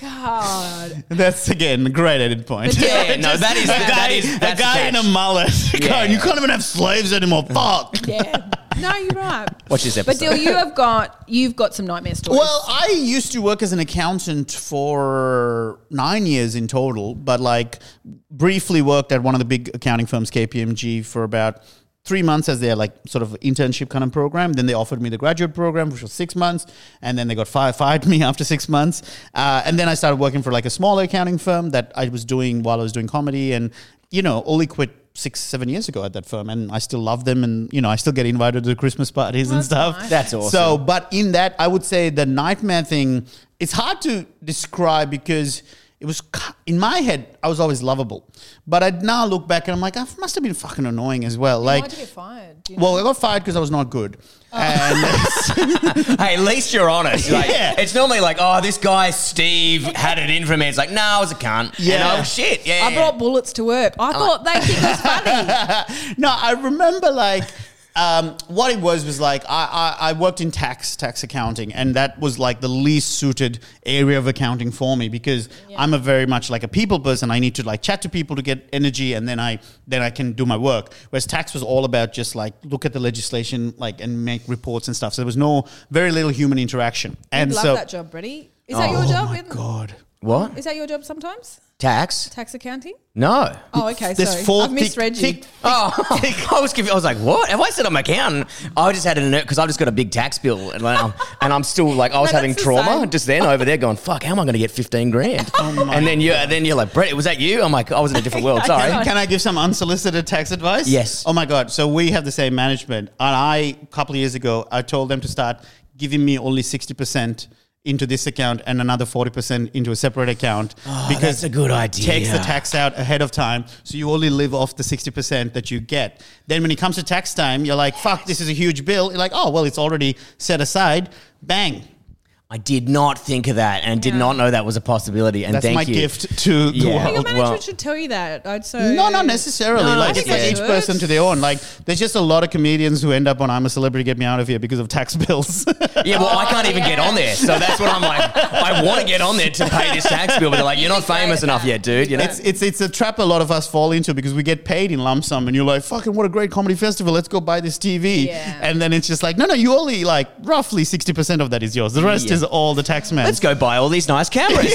God,
That's again a great edit point.
Yeah, no, that is
a guy,
that is
a
that's
guy
the
in a
catch.
mullet.
Yeah.
going, you can't even have slaves anymore. Fuck.
yeah. No, you're right.
Watch this
But
episode.
Dil, you have got you've got some nightmare stories.
Well, I used to work as an accountant for nine years in total, but like briefly worked at one of the big accounting firms, KPMG, for about three months as their like sort of internship kind of program. Then they offered me the graduate program, which was six months, and then they got fired, fired me after six months. Uh, and then I started working for like a smaller accounting firm that I was doing while I was doing comedy, and you know, only quit. Six, seven years ago at that firm, and I still love them, and you know, I still get invited to Christmas parties and stuff.
That's awesome.
So, but in that, I would say the nightmare thing, it's hard to describe because it was ki- in my head, I was always lovable. But I now look back and I'm like, I must have been fucking annoying as well.
Why'd
Like,
you get fired? Do you
well, I got fired because I was not good. And
Hey, at least you're honest. Like,
Yeah.
It's normally like, oh, this guy Steve had it in for me. It's like, no, I was a cunt.
Yeah.
And, oh shit. Yeah.
I brought bullets to work. I thought they think it was funny.
no, I remember like um, what it was was like I, I, I worked in tax tax accounting, and that was like the least suited area of accounting for me because I'm a very much like a people person. I need to like chat to people to get energy, and then I then I can do my work. Whereas tax was all about just like look at the legislation, like and make reports and stuff. So there was no very little human interaction, and
You'd love
so Oh
that job, Brady. Is that your job? in-
God.
what?
Is that your job sometimes?
Tax?
Tax accounting?
No.
Oh, okay.
There's
sorry.
four
I've misread
thick-
you.
thick
Oh, I was confused. I was like, "What? Have I said I'm accountant?" I just had an because I've just got a big tax bill, and I'm, and I'm still like, I was
No,
having
that's the
trauma
same.
just then over there, going, "Fuck, how am I going to get 15 grand?" and then you, then you're like, "Brett, was that you?" I'm like, "I was in a different world." Sorry.
Can, can I give some unsolicited tax advice?
Yes.
Oh my god! So we have the same management, and I a couple of years ago I told them to start giving me only sixty percent into this account and another forty percent into a separate account
Ah, that's a good
it
idea.
Takes the tax out ahead of time, so you only live off the sixty percent that you get. Then when it comes to tax time, you're like, "Fuck, this is a huge bill." You're like, "Oh well, it's already set aside." Bang.
I did not think of that and did
Yeah.
not know that was a possibility. And
That's
thank
my
you.
gift to the
I think
Yeah.
your
world.
manager
well-
should tell you that. I'd say
No, not necessarily.
No,
like
I
it's
think
like
it
each
works.
person to their own. Like there's just a lot of comedians who end up on "I'm a celebrity, get me out of here" because of tax bills.
Yeah, well, I can't even get on there. So that's what I'm like. I want to get on there to pay this tax bill, but they're like, you're not famous enough yet, dude. You know?
it's it's it's a trap a lot of us fall into because we get paid in lump sum, and you're like, "Fucking what a great comedy festival! Let's go buy this TV,"
Yeah.
and then it's just like, "No, no, you only like roughly sixty percent of that is yours. The rest
Yeah.
is all the tax man."
Let's go buy all these nice cameras.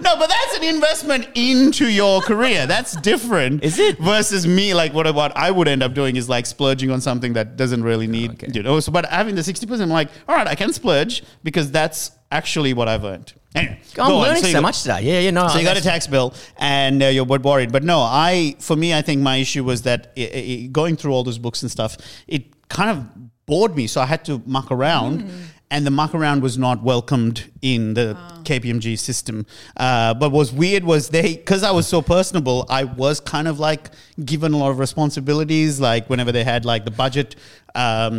No, but that's an investment into your career. That's different.
Is it?
Versus me, like what what I would end up doing is like splurging on something that doesn't really need you know. So, but having the sixty percent, I'm like, all right, I can splurge because that's actually what I've earned. Anyway,
I'm
go on.
learning
So
so,
you got-
much today. Yeah, yeah, no.
So you got
Ah,
a
that's-
tax bill, and uh, you're a bit worried. But no, I for me, I think my issue was that i i going through all those books and stuff, it kind of bored me. So I had to muck around, and the muck around was not welcomed in the KPMG system. Uh, but what was weird was they because I was so personable, I was kind of like given a lot of responsibilities. Like whenever they had like the budget um,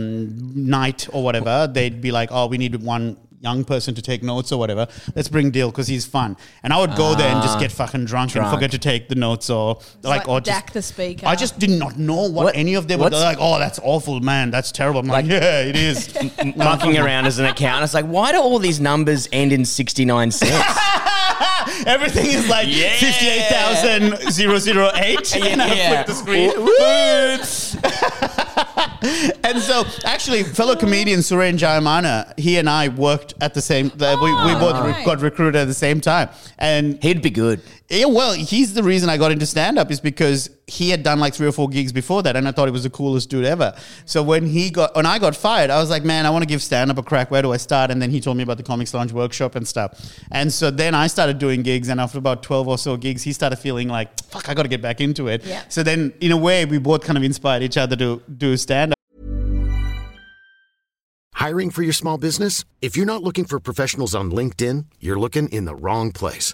night or whatever, they'd be like, "Oh, we need one." young person to take notes or whatever. Let's bring Deal because he's fun. And I would go there and just get fucking drunk, and forget to take the notes or like,
like
or
Dak
just,
the speaker.
I just did not know what,
What-
any of them were. They're like,
what's-
oh, that's awful, man. That's terrible. I'm like,
Like-
yeah, it is.
mucking around as an accountant. It's like, why do all these numbers end in 69 cents?
Everything is like
Yeah.
58,008. And I
Yeah.
flip the screen. and so, actually, fellow comedian Suren Jayamana, he and I worked at the same, we, we both re-
Oh, right.
got recruited at the same time. And
He'd be good.
Yeah, Eh, well, he's the reason I got into stand up is because he had done like three or four gigs before that, and I thought he was the coolest dude ever. So when he got when I got fired, I was like, man, I want to give stand up a crack. Where do I start? And then he told me about the Comics Lounge workshop and stuff. And so then I started doing gigs, and after about twelve or so gigs, he started feeling like, fuck, I got to get back into it.
Yeah.
So then, in a way, we both kind of inspired each other to do stand up.
Hiring for your small business? If you're not looking for professionals on LinkedIn, you're looking in the wrong place.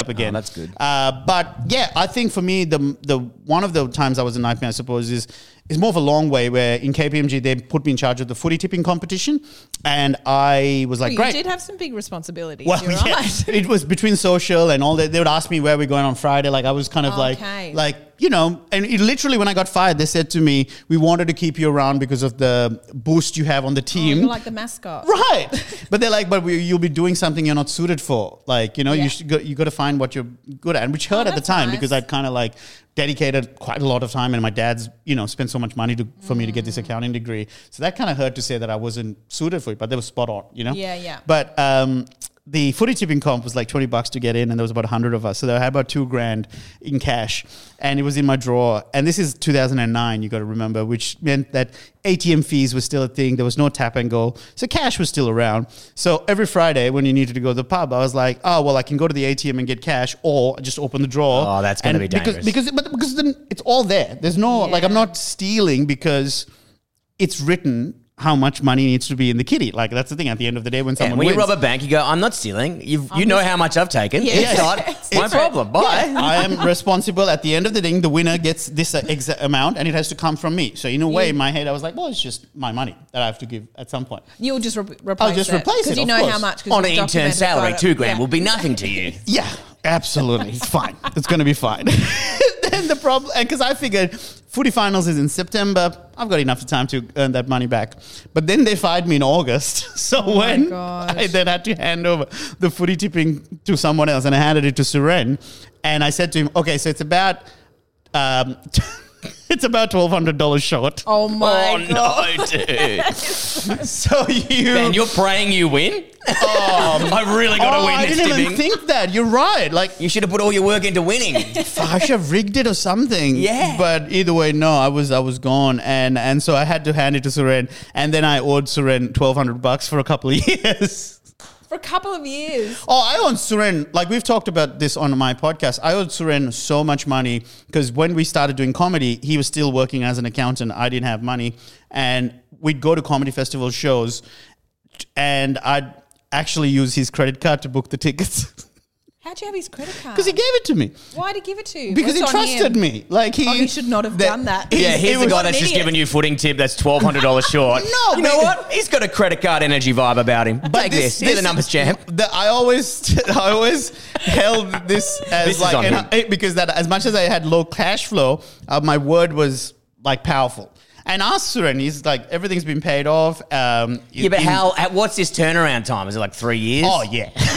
up again.
Oh, that's good.
Uh, but yeah, I think for me, the the one of the times I was a nightmare, I suppose, is is more of a long way. Where in KPMG they put me in charge of the footy tipping competition, and I was like,
you
great.
did have some big responsibilities.
well,
you're
yeah,
right.
it was between social and all that. They would ask me where we're going on Friday. Like I was kind of
Okay.
like, like you know, and it literally when I got fired, they said to me, "We wanted to keep you around because of the boost you have on the team."
Oh, You're like the mascot.
Right. but they're like, but we, you'll be doing something you're not suited for. Like, you know,
Yeah. Oh,
you should go, you got to find what you're good at, which hurt at the
that's
time
nice.
because I'd kind of like dedicated quite a lot of time and my dad's, you know, spent so much money to, for me to get this
Mm.
accounting degree. So that kind of hurt to say that I wasn't suited for it, but they were spot on, you know?
Yeah, yeah.
But, um, the footy tipping comp was like 20 bucks to get in, and there was about 100 of us. So I had about two grand in cash, and it was in my drawer. And this is 2009, you got to remember, which meant that ATM fees were still a thing. There was no tap and go. So cash was still around. So every Friday, when you needed to go to the pub, I was like, oh, well, I can go to the ATM and get cash, or just open the drawer.
Oh, that's gonna
And
be dangerous.
Because, because, but because then it's all there. There's no, like, I'm not stealing because it's written. How much money needs to be in the kitty? Like that's the thing. At the end of the day, when
Yeah,
someone
when you
wins,
rob a bank, you go, I'm not stealing. You've, you know how much I've taken. It's not my problem. Bye.
I am responsible. At the end of the day, the winner gets this uh, ex- amount, and it has to come from me. So in a way, in my head, I was like, well, it's just my money that I have to give at some point.
You'll just re- replace
I'll just
it.
replace it,
you
of
know how
course.
much. 'cause
On an
you've
intern
documented
salary,
it.
two
Yeah.
grand will be nothing to you.
Yeah, absolutely. It's fine. It's going to be fine. then the problem, and because I figured footy finals is in September, I've got enough time to earn that money back. But then they fired me in August. So when
Oh gosh.
I then had to hand over the footy tipping to someone else, and I handed it to Suren, and I said to him, "Okay, so it's about." Um, It's about twelve hundred dollars short.
Oh my
oh no, dude.
So you
Ben, you're praying you win? Oh, I really got to
Oh,
win
I
this
didn't
tipping.
even think that. You're right. Like
you should have put all your work into winning.
I should have rigged it or something.
Yeah.
But either way, no, I was I was gone, and and so I had to hand it to Suren, and then I owed Suren twelve hundred bucks for a couple of years.
For a couple of years.
Oh, I owe Suren, like we've talked about this on my podcast. I owed Suren so much money because when we started doing comedy, he was still working as an accountant. I didn't have money. And we'd go to comedy festival shows and I'd actually use his credit card to book the tickets
How'd you have his credit card?
because he gave it to me.
Why'd he give it to you?
Because
What's
he
Ah. on
trusted
him?
me. Like he,
Oh, he should not have done that.
yeah,
it
here's the
was-
guy that's just
idiot.
giving you footing tip that's $1,200 short.
No,
You know
but-
what? He's got a credit card energy vibe about him. Take this. Here's the numbers champ.
the- I always, I always held this as
This is
like
on
and
him.
I- because that as much as I had low cash flow, uh, my word was like powerful. And asked Suren, he's like everything's been paid off. Um,
Yeah, but
in-
how, at- what's this turnaround time? Is it like three years?
Oh yeah.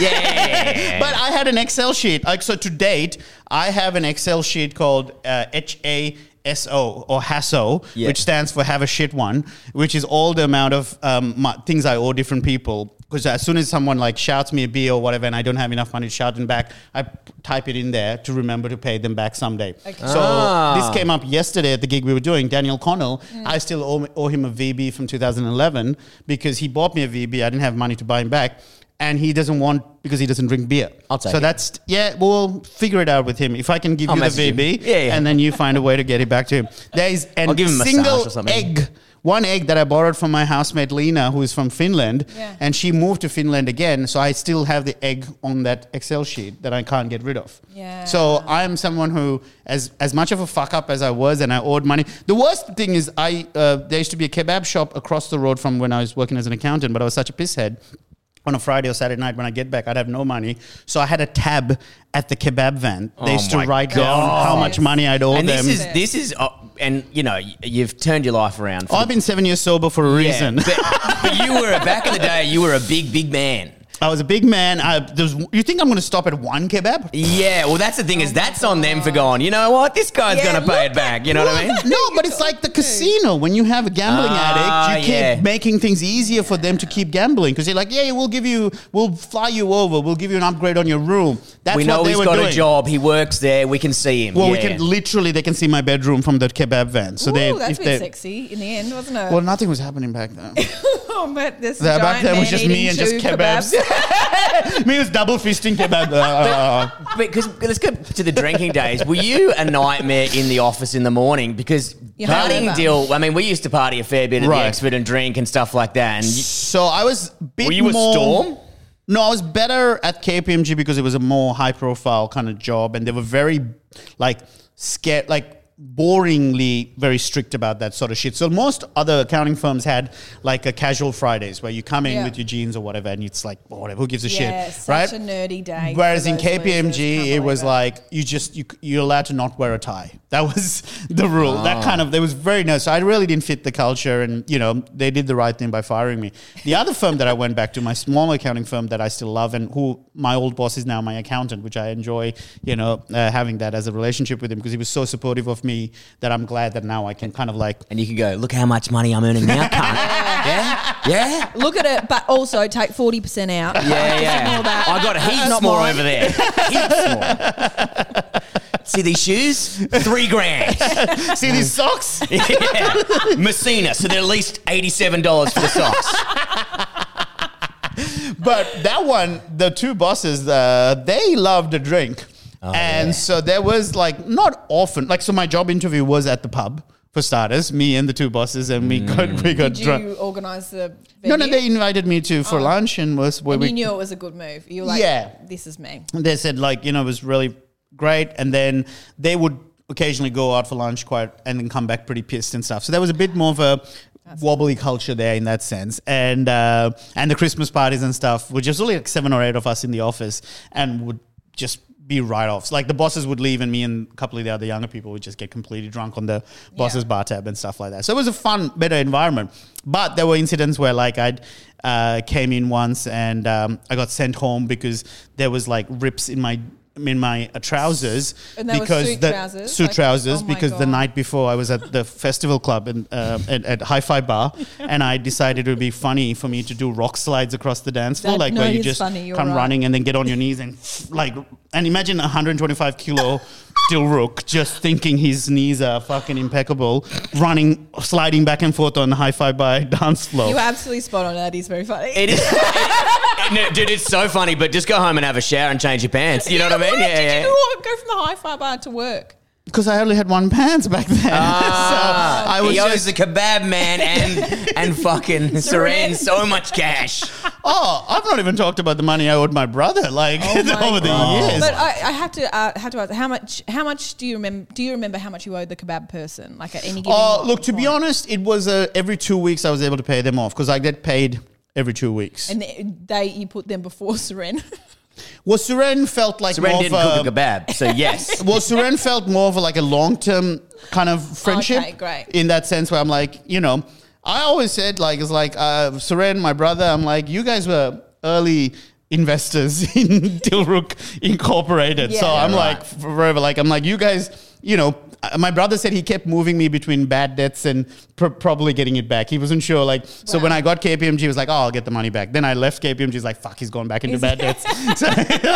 Yeah. yeah, yeah.
But I had an Excel sheet. Like so, to date, I have an Excel sheet called uh, H A S O or HASO,
Yeah.
which stands for Have a Shit One, which is all the amount of um, my, things I owe different people. Because as soon as someone like shouts me a beer or whatever, and I don't have enough money to shout them back, I p- type it in there to remember to pay them back someday. So
Ah.
this came up yesterday at the gig we were doing. Daniel Connell, I still owe, owe him a VB from 2011 because he bought me a VB. I didn't have money to buy him back, and he doesn't want because he doesn't drink beer.
I'll take
so
it.
that's yeah. We'll figure it out with him. If I can give
I'll
you the
message him.
VB,
Yeah, yeah.
and then you find a way to get it back to him. There is an
I'll give him a massage
single
or something.
egg. One egg that I borrowed from my housemate Lena, who is from Finland,
Yeah.
and she moved to Finland again. So I still have the egg on that Excel sheet that I can't get rid of.
Yeah.
So I am someone who, as as much of a fuck up as I was, and I owed money. The worst thing is, I uh, there used to be a kebab shop across the road from when I was working as an accountant, but I was such a pisshead. On a Friday or Saturday night, when I get back, I'd have no money, so I had a tab at the kebab van. They used to
Oh my
write down how much money I'd owe
and
them.
this is, this is, uh, and you know, y- you've turned your life around. for
I've been seven years sober for a reason.
but, but you were back in the day. You were a big, big man.
I was a big man. I, there's, you think I'm going to stop at one kebab?
Yeah. Well, that's the thing is that's on them for going. You know what? This guy's
Yeah,
gonna pay
look
it back. You know what I mean?
No, but it's like the casino. When you have a gambling
Ah,
addict, you keep
yeah.
making things easier for them to keep gambling because you're like, yeah, we'll give you, we'll fly you over, we'll give you an upgrade on your room. That's
we
what
know
they
he's
were
got
doing.
a job. He works there. We can see him.
Well, we
Yeah.
can literally they can see my bedroom from the kebab van. So
Ooh,
they,
that's a
if
bit
they,
sexy in the end, wasn't it?
well, nothing was happening back then.
oh, but this
Yeah,
giant
back then it
man
was just me
eating
and just
two
kebabs. me was double fisting kebab. Uh,
Because let's go to the drinking days. Were you a nightmare in the office in the morning? Because
Yeah,
partying
however.
deal. I mean, we used to party a fair bit at
Right.
the Expert and drink and stuff like that. And you-
so I was a bit
were you a
more-
storm?
No, I was better at KPMG because it was a more high profile kind of job and they were very like scared like boringly very strict about that sort of shit. So most other accounting firms had like a casual Fridays where you come in
Yeah.
with your jeans or whatever and it's like well, whatever who gives a
Yeah,
shit,
such
right?
a nerdy day for
Whereas in
those losers, can't
KPMG it
believe
was
it.
like you just you you're allowed to not wear a tie. That was the rule. That kind of there was very no. So I really didn't fit the culture, and you know they did the right thing by firing me. The other firm that I went back to, my small accounting firm that I still love, and who my old boss is now my accountant, which I enjoy. You know uh, having that as a relationship with him because he was so supportive of me that I'm glad that now I can kind of like
and you can go look how much money I'm earning now. cunt." yeah. Yeah.
Look at it, but also take 40% out.
Yeah, yeah. I got heaps more over there. heaps more. See these shoes? Three grand. Mm.
see these socks.
yeah. Messina. So they're at least eighty-seven dollars for the socks.
but that one, the two bosses, uh, they loved a drink. and so there was like not often, like so my job interview was at the pub for starters, me and the two bosses, and we got we got
Did
drunk.
you organise the venue?
No, no, they invited me to for lunch and was where
And
we
you knew it was a good move. You were like,
Yeah. Oh.
this is me.
they said like you know it was really great and then they would occasionally go out for lunch quite and then come back pretty pissed and stuff so there was a bit more of a wobbly culture there in that sense and uh, and the christmas parties and stuff which was only like seven or eight of us in the office and would just be write offs. Like the bosses would leave, and me and a couple of the other younger people would just get completely drunk on the boss's bar tab and stuff like that. So it was a fun, better environment. But there were incidents where, like, I'd uh, came in once and um, I got sent home because there was like rips in my in my uh, trousers
And they were
because
suit
the
trousers?
suit
Like,
trousers
oh my
because the
God.
night before I was at the festival club in, uh, at, at Hi-Fi Bar, and I decided it would be funny for me to do rock slides across the dance floor,
That-
like
no,
where
it
you
is
just
funny, you're
come
right.
running and then get on your knees and like and imagine a 125 kilo Dilrook just thinking his knees are fucking impeccable, running sliding back and forth on Hi-Fi Bar dance floor.
You were absolutely spot on. That is very funny.
It is, No, dude. It's so funny, but just go home and have a shower and change your pants. You know what I mean?
Why
Yeah,
did
yeah.
you do go from the high five bar to work?
Because I only had one pants back then.
Ah.
so I was
he
just,
owes the kebab man and and fucking Seren so much cash.
oh, I've not even talked about the money I owed my brother, like
Oh my
over
God.
the years.
But I, I have to uh, have to ask how much how much do you remember do you remember how much you owed the kebab person like at any given
Oh, look, to be
point?
honest, it was uh, every two weeks I was able to pay them off because I get paid every two weeks.
and they, they you put them before Seren.
well, Suren felt like
Seren
more
didn't
of
cook a
a,
kebab, so yes.
well, Suren felt more of like a long term kind of friendship.
Okay, great.
In that sense, where I'm like, you know, I always said like it's like uh, Suren, my brother. I'm like, you guys were early investors in Dilrook Incorporated, so
Yeah.
I'm like forever. Like I'm like, you guys, you know. uh, My brother said he kept moving me between bad debts and pr- probably getting it back. He wasn't sure. Like, so when I got KPMG, he was like, "Oh, I'll get the money back." Then I left KPMG. He's like, "Fuck, he's going back into bad debts." so,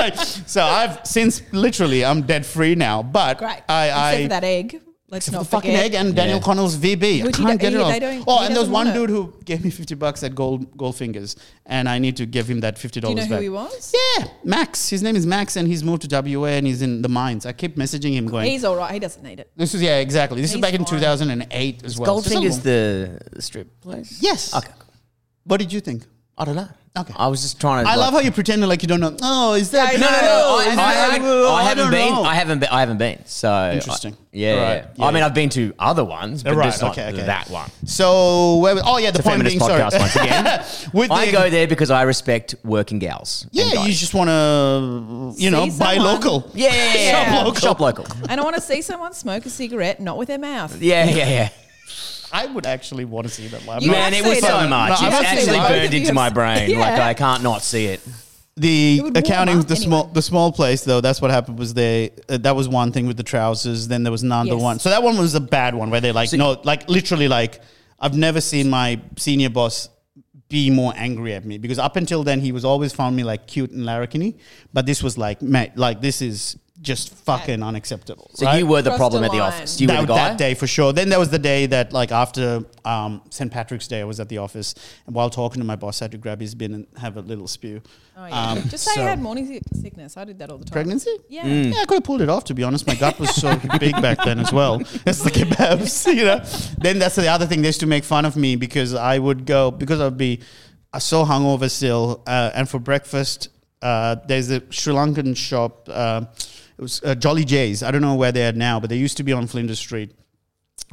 like, so I've since literally I'm dead free now. But
Great.
I, I
Except for that egg. Let's
the
not
fucking
forget.
egg and Daniel
Yeah.
Connell's VB.
Which
I
he
can't
do-
get it
he-
off.
they don't-
Oh,
he
and there was
doesn't
one
want it.
dude who gave me fifty bucks at Gold Goldfingers, and I need to give him that fifty
Do you
dollars
know
back.
who he was?
Yeah, Max. His name is Max, and he's moved to WA and he's in the mines. I keep messaging him going.
He's all right. He doesn't need it.
this is yeah, exactly. This is
He's
back in
fine.
two thousand and eight as well. So it's a
Goldfinger's
long-
the strip place.
Yes.
Okay. cool.
What did you think?
I don't know.
Okay.
I was just trying to.
I
like-
love how you pretended like you don't know. Oh, is that
No, no, no. I,
is
I
that-
haven't. I haven't
don't
been.
know.
I haven't. Been, I haven't been. So
Interesting.
I- yeah,
All right.
yeah.
Yeah,
I mean,
yeah.
I've been to other ones, but
Right,
just not
okay, okay.
that one.
So where was, oh yeah, the
It's a
point
feminist
being sorry.
podcast once again.
With
I
the-
go there because I respect working gals. and
Yeah, you
guys.
just want to you know
See
buy
someone.
local.
yeah, yeah, yeah, yeah.
Shop local.
Shop local.
And I want to see someone smoke a cigarette, not with their mouth.
Yeah, yeah, yeah.
I would actually want to see that one.
You have
Man, it was
seen
so
it.
much.
No,
it's
I've not seen
actually
it. Both
burned
of you
into my
have-
brain.
Yeah.
Like I can't not see it.
the
would warm
accounting,
up
the small,
anyway.
the small place though. That's what happened was they. Uh, that was one thing with the trousers. Then there was another
Yes.
one. So that one was a bad one where they like no, like literally like I've never seen my senior boss be more angry at me because up until then he was always found me like cute and larrikiny, but this was like mate, like this is just fucking unacceptable.
So
right?
you were the
Crossed
problem
the
at the
line.
office. You
that,
were the guy.
that day for sure. Then there was the day that like after um, St. Patrick's Day, I was at the office and while talking to my boss, I had to grab his bin and have a little spew. Um,
Oh, yeah. Just say you had morning sick- sickness. I did that all the time.
Pregnancy?
Yeah.
Mm.
Yeah, I could have pulled it off to be honest. My gut was so big back then as well. That's the kebabs, you know. Then that's the other thing they used to make fun of me because I would go because I'd be uh, so hungover still, uh, and for breakfast uh, there's a Sri Lankan shop. Uh, it was uh, Jolly J's. I don't know where they are now, but they used to be on Flinders Street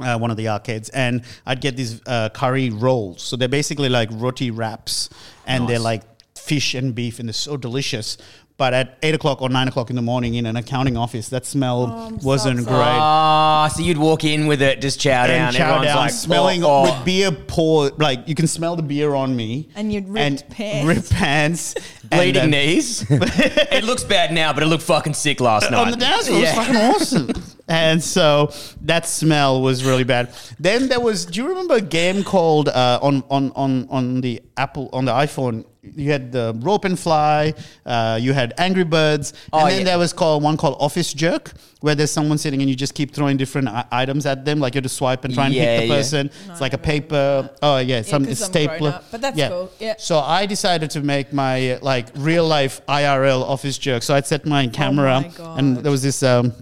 uh, one of the arcades, and I'd get these uh, curry rolls. So they're basically like roti wraps, and they're like fish and beef, and they're so delicious. But at eight o'clock or nine o'clock in the morning in an accounting office, that smell
Oh,
wasn't great.
Ah, so you'd walk in with it, just chow down.
and chow
Everyone's
down,
like
smelling
oh, oh.
with beer pour, like you can smell the beer on me,
And your ripped pants.
ripped pants, and um,
bleeding
then-
knees. it looks bad now, but it looked fucking sick last night.
on the dance floor. It was fucking awesome. and so that smell was really bad. Then there was. Do you remember a game called uh, on on on on the Apple on the iPhone? You had the rope and fly. Uh, you had Angry Birds,
Oh,
and then
yeah.
there was called one called Office Jerk, where there's someone sitting and you just keep throwing different i- items at them, like you have to swipe and try and
Yeah,
pick the
yeah.
person. It's like a paper. Oh yeah, some
'cause I'm grown
stapler.
up, but that's cool. Yeah.
So I decided to make my uh, like real life IRL office jerk. So I'd set my camera,
Oh God.
and there was this um,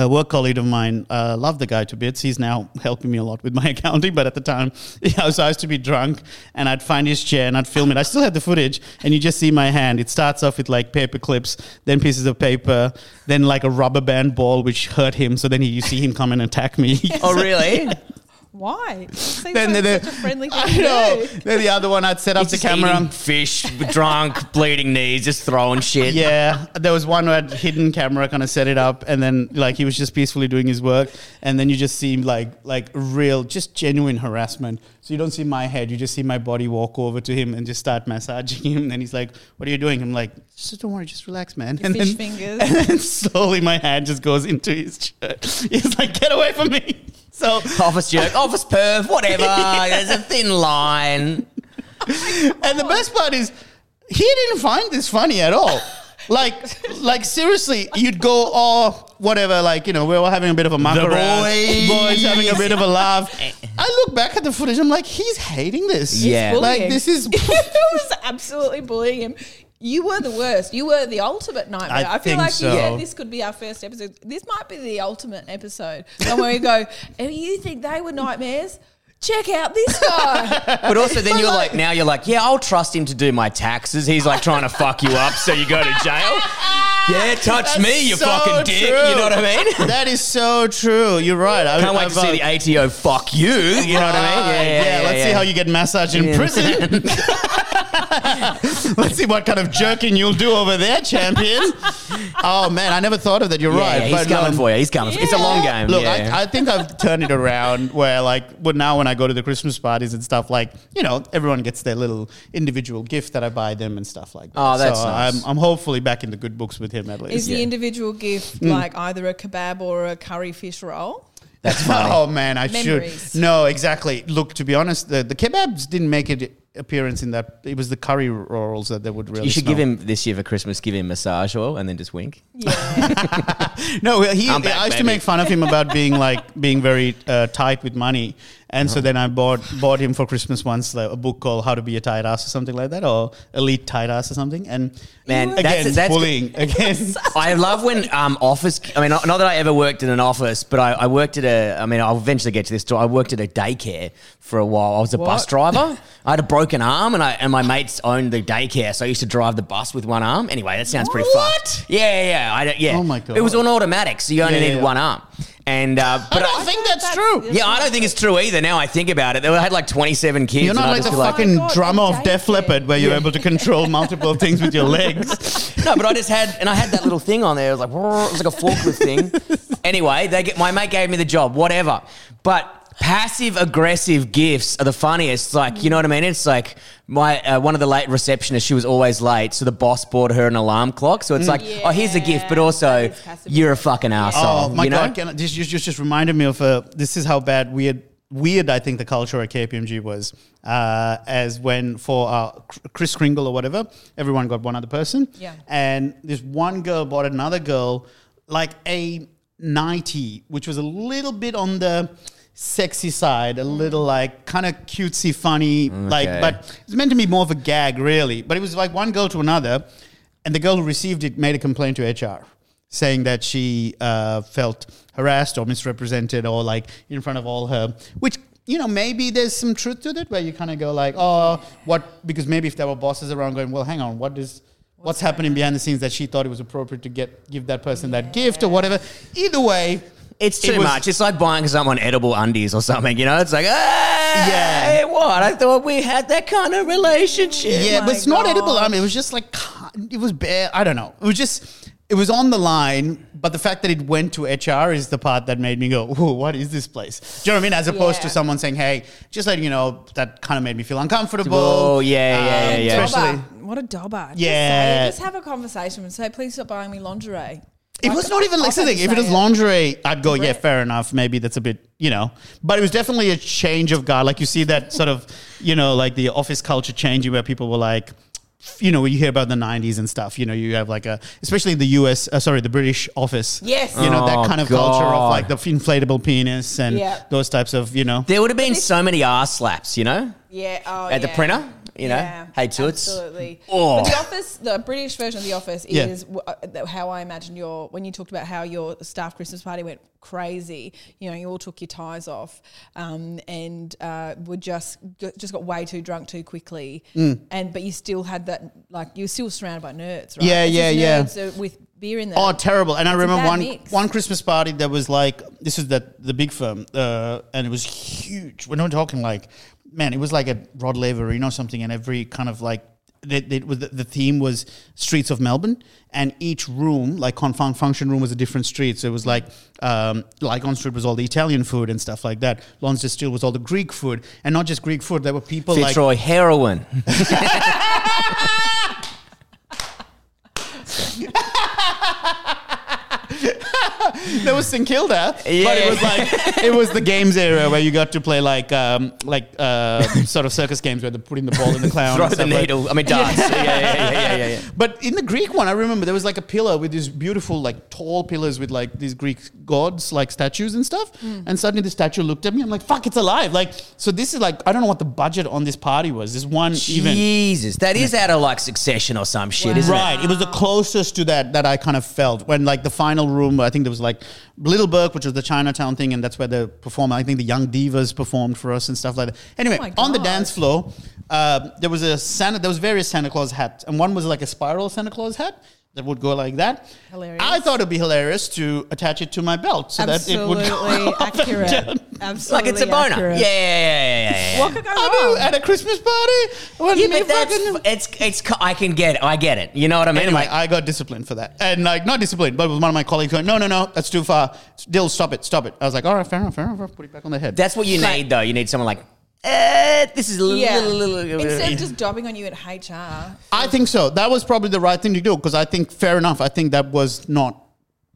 uh, work colleague of mine. Uh, love the guy to bits. He's now helping me a lot with my accounting. But at the time, I was I used to be drunk, and I'd find his chair and I'd film it. I still had the footage, and you just see my hand. It starts off with like paper clips, then pieces of paper, then like a rubber band ball, which hurt him. So then he, you see him come and attack me.
Oh, really?
Why? It seems
Then
like
the-
such a friendly thing
I
to
know.
do.
Then the other one, I'd set up
He's
the
just eating
camera.
fish, drunk, bleeding knees, just throwing shit.
Yeah, there was one who had hidden camera, kind of set it up, and then like he was just peacefully doing his work, and then you just see like like real, just genuine harassment. So you don't see my head, you just see my body walk over to him and just start massaging him. And he's like, "What are you doing?" I'm like, "Just don't worry, just relax, man." and
fish
then,
fingers.
and then slowly my hand just goes into his shirt. He's like, "Get away from me!" So
Office jerk, office perv, whatever. There's a thin line.
And the best part is, he didn't find this funny at all. Like, like seriously, you'd go, oh, whatever. Like, you know, we were having a bit of a muck
The
around.
boys.
boys having a bit of a laugh. I look back at the footage. I'm like, he's hating this.
Yeah.
like
bullying.
this is.
I was absolutely bullying him. You were the worst. You were the ultimate nightmare.
I
I, feel
think
like you
so.
said this could be our first episode. This might be the ultimate episode. And where we go, if you think they were nightmares, check out this guy.
But also, then you're like, now you're like, yeah, I'll trust him to do my taxes. He's like trying to fuck you up, so you go to jail. Yeah, touch me, you
so
fucking dick. You know what I mean?
that is so true. You're right. I uh,
Can't wait to see the ATO fuck you. You know what I mean? Yeah, yeah, yeah,
Ah, let's see
yeah.
how you get massaged in prison. let's see what kind of jerking you'll do over there, champion. oh man, I never thought of that. You're
Yeah,
right.
he's coming
um,
for you. He's coming. For, it's a long game.
Look,
yeah.
I, I think I've turned it around where, like, but now when I go to the Christmas parties and stuff, like, you know, everyone gets their little individual gift that I buy them and stuff like that.
Oh, that's
so
nice.
I'm, I'm hopefully back in the good books with him at least.
Is the individual gift
Mm.
like either a kebab or a curry fish roll?
That's funny.
Oh man, I
Memories.
should. No, exactly. Look, to be honest, the, the kebabs didn't make it appearance in that. It was the curry rolls that they would really.
you should
smell.
give him this year for Christmas. Give him massage oil and then just wink.
Yeah.
No, he.
I'm back,
I used to
baby.
make fun of him about being like being very uh, tight with money, and
Uh-huh.
so then I bought bought him for Christmas once like, a book called How to Be a Tight Ass or something like that, or Elite Tight Ass or something. And
Man,
again,
that's- that's-
bullying again.
I love when um, office. I mean, not not that I ever worked in an office, but I, I worked at a. I mean, I'll eventually get to this. too. I worked at a daycare for a while. I was a bus driver. I had a broken arm, and I and my mates owned the daycare, so I used to drive the bus with one arm. Anyway, that sounds pretty fucked. Yeah, yeah, yeah. I, don't- yeah.
Oh my
It was
God.
on automatic, so you only
Yeah, yeah,
needed
yeah.
one arm. And uh, but
don't think that's true.
Yeah, I don't think it's true either. Now I think about it, they had like twenty-seven kids.
You're
and
not
I
like
just
the
feel
fucking
Oh my God,
drummer
you
of Def
dated.
Leppard where you're able to control multiple things with your legs.
No, but I just had, and I had that little thing on there. It was like, "Whoa," it was like a forklift thing. Anyway, they get, my mate gave me the job, whatever. But passive aggressive gifts are the funniest. Like, you know what I mean? It's like my uh, one of the late receptionists. She was always late, so the boss bought her an alarm clock. So it's like, oh, here's a gift, but also you're a fucking asshole.
Oh my
you know?
god! Can I, this just, just just reminded me of a. This is how bad weird weird I think the culture at KPMG was. Uh, as when for uh, Cr- Chris Kringle or whatever, everyone got one other person.
Yeah.
And this one girl bought another girl like a ninety, which was a little bit on the sexy side, a little like kind of cutesy, funny, like but it's meant to be more of a gag, really. But it was like one girl to another, and the girl who received it made a complaint to HR saying that she uh, felt harassed or misrepresented or like in front of all her, which you know maybe there's some truth to it where you kind of go like, oh, what? Because maybe if there were bosses around going, well, hang on, what is What's happening behind the scenes that she thought it was appropriate to get give that person that gift or whatever. Either way,
It's
it
too
was-
much. It's like buying someone edible undies or something, you know? It's like, ah,
Yeah.
yeah. what? I thought we had that kind of relationship.
Yeah, but it's not edible. I mean, it was just like it was bare. I don't know. It was just it was on the line, but the fact that it went to HR is the part that made me go, "Ooh, what is this place?" Do you know what I mean? As opposed to
Yeah.
someone saying, "Hey, just letting you know," that kind of made me feel uncomfortable. Um,
Oh, yeah, yeah, yeah, yeah.
Especially,
Dobber. Um, What a dobber. Just
Yeah.
say it. Just, have a conversation and say, please stop buying me lingerie.
it was not even like
I'll have
something.
to
If it
say
was lingerie, I'd go, "Yeah,
Right.
fair enough. Maybe that's a bit, you know." But it was definitely a change of guard. Like you see that sort of, you know, like the office culture changing where people were like, you know, when you hear about the 90s and stuff, you know, you have like a, especially the US, uh, sorry, the British office.
Yes.
You know,
Oh,
that kind of culture
God.
of like the inflatable penis and
Yeah.
those types of, you know.
There would have been so many ass slaps, you know?
Yeah. Oh,
At the
yeah.
printer? You know,
Yeah,
hey toots.
Absolutely.
Oh.
But the office, the British version of the office,
Yeah.
is w- uh, how I imagine your when you talked about how your staff Christmas party went crazy. You know, you all took your ties off um, and uh, were just g- just got way too drunk too quickly.
Mm.
And but you still had that like you were still surrounded by nerds, right?
Yeah,
It's
yeah,
just nerds, uh, With beer in them.
Oh, terrible! And I
It's a
remember
bad
one
mix.
one Christmas party that was like this is the the big firm, uh, and it was huge. We're not talking like man, it was like at Rod Laver Arena or something, and every kind of like. They, they, was- the, the theme was streets of Melbourne, and each room, like confun- function room, was a different street. So it was like, um, like on street was all the Italian food and stuff like that. Lonsdale Steel was all the Greek food, and not just Greek food. There were people like
Fitzroy heroin.
there was St Kilda, but
Yeah.
it was like it was the games area where you got to play like um, like uh, sort of circus games where they're putting the ball in the clown,
Throw
and
the
stuff like-
needle. I mean, darts. Yeah, yeah, yeah, yeah, yeah. yeah.
But in the Greek one, I remember there was like a pillar with these beautiful, like tall pillars with like these Greek gods, like statues and stuff. And suddenly the statue looked at me. I'm like, "Fuck, it's alive!" Like, so this is like I don't know what the budget on this party was. This one even.
Jesus, that is out of like Succession or some shit, isn't it?
Right, it was the closest to that that I kind of felt when like the final room. I think there was like Little Burke, which was the Chinatown thing, and that's where the performer. I think the Young Divas performed for us and stuff like that. Anyway,
Oh
my
on the
God.
dance floor, uh, there was a Santa. There was various Santa Claus hats, and one was like a spiral Santa Claus hat that would go like that.
Hilarious.
I thought it'd be hilarious to attach it to my belt so
absolutely
that it would. Go up and
accurate.
down.
Absolutely.
Like it's a boner. Yeah, yeah,
accurate.
yeah, yeah, yeah, yeah.
What could go
I
wrong?
mean, at a Christmas party, when
Yeah,
me
but that's
fucking-
it's it's co- I can get it. I get it. You know what I mean?
Anyway,
like,
I got disciplined for that. And like, not disciplined, but with one of my colleagues going, no, no, no, that's too far. Dill, stop it, stop it. I was like, all right, fair enough, fair enough. Put it back on the head.
that's what you need though. You need someone like, eh, this is a little,
Yeah.
little, little, little-
Instead of just dobbing on you at HR.
I think so. That was probably the right thing to do because I think, fair enough, I think that was not,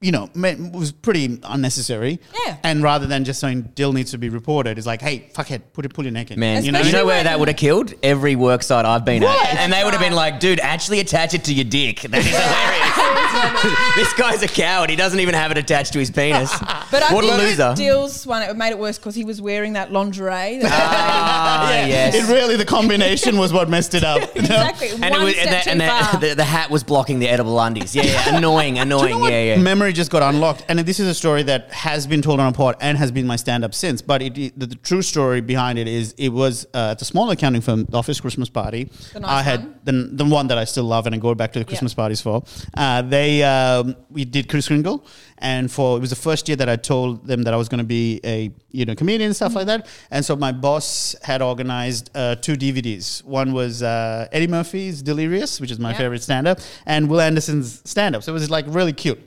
you know, ma- it was pretty unnecessary.
Yeah.
And rather than just saying Dill needs to be reported, it's like, hey, fuck it, put it, pull your neck in.
Man,
you
you
know,
know,
Especially
where
when-
that would have killed every worksite I've been
Right.
at, and they would have been like, "Dude, actually attach it to your dick." That is hilarious. this guy's a coward. He doesn't even have it attached to his penis.
But I
what a
think
loser!
with Dill's one, it made it worse because he was wearing that lingerie.
Ah, yes.
It really, the combination was what messed it up. you know?
exactly.
and,
one
it was,
step
and, that,
too
and that-
far.
the, the hat was blocking the edible undies. Yeah, yeah. annoying,
Do you
annoying.
know what?
yeah, yeah.
Memory just got unlocked, and this is a story that has been told on a pod and has been my stand-up since. But it, it- the, the true story behind it is it was uh, at the small accounting firm, the office Christmas party.
The nice
I had
one.
the the one that I still love and I go back to the Christmas parties for. Uh, they um, we did Chris Kringle, and for it was the first year that I told them that I was going to be a you know comedian and stuff like
Mm-hmm.
that. And so my boss had organized uh, two DVDs. One was uh, Eddie Murphy's Delirious, which is my favorite stand up, and Will Anderson's stand up. So it was like really cute.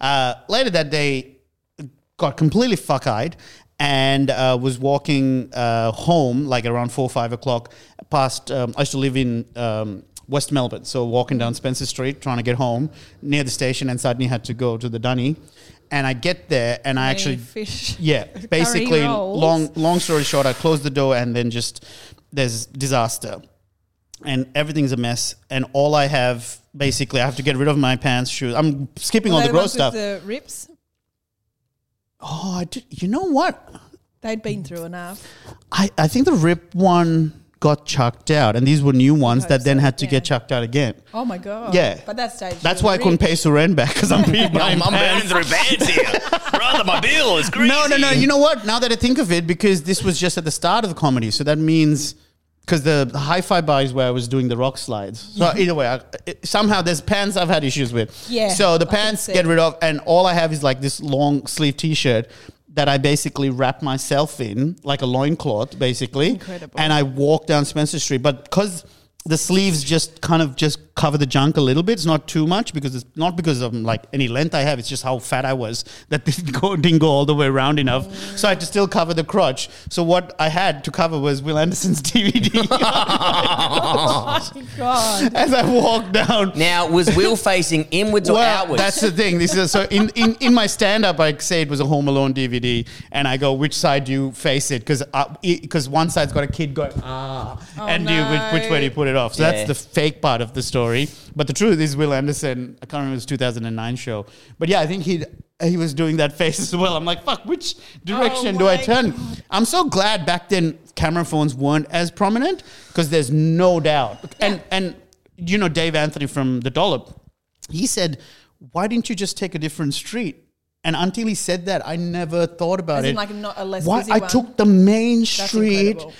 Uh, later that day, got completely fuck eyed and uh, was walking uh, home like around four or five o'clock past. Um, I used to live in um, West Melbourne, so walking down Spencer Street trying to get home near the station, and suddenly had to go to the dunny. And I get there, and I actually
fish.
yeah, basically
rolls.
long long story short, I close the door, and then just there's disaster and everything's a mess. And all I have basically, I have to get rid of my pants, shoes. I'm skipping
Were
all
they
the gross
ones with
stuff.
The rips,
oh, I did, you know what?
they'd been through enough.
I, I think the rip one got chucked out, and these were new ones that then had to get chucked out again.
Oh my god.
Yeah.
But that stage.
That's
you
why I couldn't
ripped.
pay Suren back because I'm being
I'm, I'm burning through bands here. Brother, my bill is crazy.
No, no, no. You know what? Now that I think of it, because this was just at the start of the comedy, so that means because the hi-fi bar is where I was doing the rock slides. So either way, I, it, somehow there's pants I've had issues with.
Yeah,
So the
I can
pants
see.
get rid of, and all I have is like this long sleeve T-shirt. That I basically wrap myself in like a loincloth, basically.
Incredible.
And I walk down Spencer Street. But because the sleeves just kind of just cover the junk a little bit, it's not too much because it's not because of like any length I have, it's just how fat I was that didn't go, didn't go all the way around enough. So I had to still cover the crotch. So what I had to cover was Will Anderson's DVD.
Oh God.
As I walked down.
Now, was Will facing inwards or
Well,
outwards?
that's the thing. This is so in, in, in my stand up, I say it was a Home Alone DVD, and I go, which side do you face it? Because because one side's got a kid going ah, and you, which, which way do you put it off? So
Yeah.
that's the fake part of the story. But the truth is, Will Anderson, I can't remember his 2009 show, but yeah, I think he he was doing that face as well. I'm like, fuck, which direction do I
my
turn? I'm so glad back then. camera phones weren't as prominent because there's no doubt. And and you know Dave Anthony from the Dollop, he said, "Why didn't you just take a different street?" And until he said that, I never thought about
As
it.
in, like, not a less
Why
busy
I
one?
took the main street.
incredible.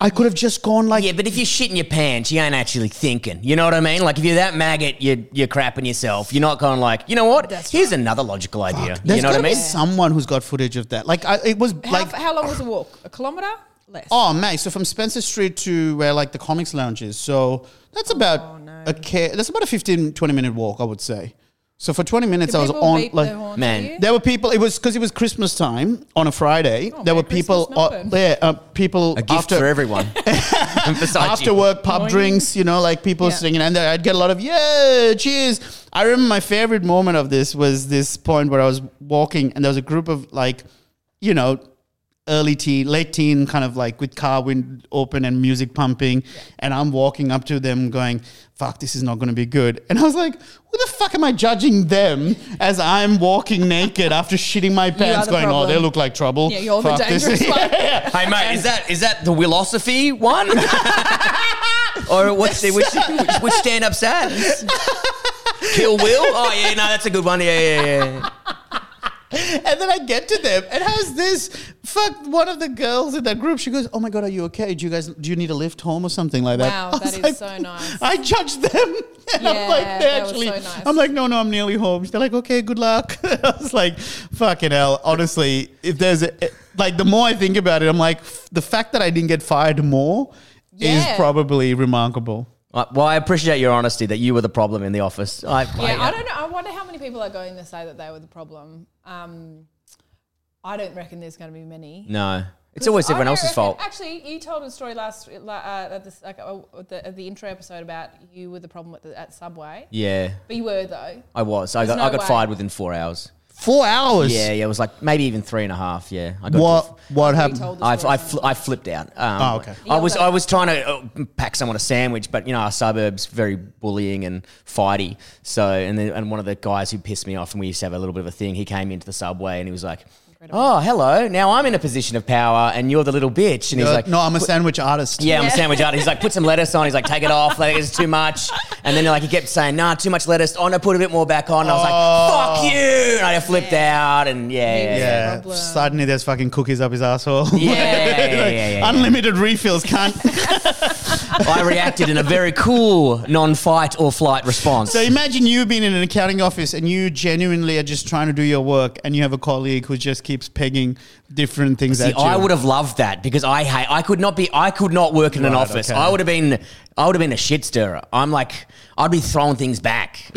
I could have just gone like
yeah, but if you're shitting your pants, you ain't actually thinking. You know what I mean? Like if you're that maggot, you're you're crapping yourself. You're not going like, you know what? Here's another logical idea.
There's
You know what I
gotta be
mean?
someone who's got footage of that. Like I, it was
How,
like
how long was the walk? A kilometre? Less.
oh mate, so from Spencer Street to where like the comics lounge is. So that's
Oh,
about a ca- that's about a 15 20 minute walk, I would say. So for 20 minutes
Did
I was
people
on
beep
like
their horns at
Man.
you?
there were people it was cuz it was Christmas time on a Friday. there
Oh, Merry
were people
Christmas,
uh,
Melbourne.
yeah, uh, people
A gift
after
for everyone. Emphasize
after
you.
work pub drinks, you know, like people
Yeah.
singing, and I'd get a lot of yeah, cheers. I remember my favorite moment of this was this point where I was walking, and there was a group of like, you know, early teen, late teen, kind of like with car wind open and music pumping, and I'm walking up to them going, "Fuck, this is not going to be good," and I was like. Who the fuck am I judging them as I'm walking naked after shitting my pants,
the
going, "Oh,
problem."
they look like trouble."
Yeah, you're the
Fuck, this
dangerous
is-
one.
Hey mate, is that is that the philosophy one? or what's the which which, which stand up says? Kill Will? Oh yeah, no, that's a good one. Yeah, yeah, yeah.
And then I get to them, and how's this? Fuck one of the girls in that group. She goes, "Oh my god, are you okay? Do you guys do you need a lift home or something like that?"
Wow,
I
that
was
is so nice.
I judged them, and
Yeah,
I'm like, they
that was
actually.
so nice.
I'm like, no, no, I'm nearly home. They're like, okay, good luck. I was like, fucking hell. Honestly, if there's a, like, the more I think about it, I'm like, f- the fact that I didn't get fired more
Yeah.
is probably remarkable.
Uh, Well, I appreciate your honesty that you were the problem in the office. I,
Yeah, I don't know. I wonder how many people are going to say that they were the problem. Um, I don't reckon there's going to be many.
No, it's always everyone
I
else's
reckon-
fault.
Actually, you told a story last uh, at, this, like, uh, at the, at the intro episode about you were the problem at, the, at Subway,
Yeah,
but you were though.
I was. I
There's
got
no
I got
way.
fired within four hours.
Four hours.
Yeah, yeah, it was like maybe even three and a half. Yeah, I got
What? What
You
happened?
told the
I,
story.
I, fl- I flipped out. Um,
Oh, okay.
I was I was trying to uh, pack someone a sandwich, but you know our suburbs very bullying and fighty. So and then, and one of the guys who pissed me off, and we used to have a little bit of a thing. He came into the subway and he was like, "Oh, hello. Now I'm in a position of power, and you're the little bitch." And he's
Uh,
like,
no, I'm a sandwich artist.
yeah, I'm a sandwich artist. He's like, put some lettuce on. He's like, take it off. Like, it's too much. And then like he kept saying, nah, too much lettuce. Oh no, put a bit more back on. And I was
Oh.
like, fuck you. And I flipped out. And yeah, yeah.
Yeah,
problem.
suddenly there's fucking cookies up his asshole.
Yeah, yeah, yeah, yeah, yeah.
Unlimited refills, cunt.
I reacted in a very cool non-fight or flight response.
so imagine you being in an accounting office and you genuinely are just trying to do your work, and you have a colleague who just keeps pegging different things
See,
at you.
I would have loved that because I hate. I could not be. I could not work in an
Right,
office.
okay.
I would have been. I would have been a shit stirrer. I'm like, I'd be throwing things back,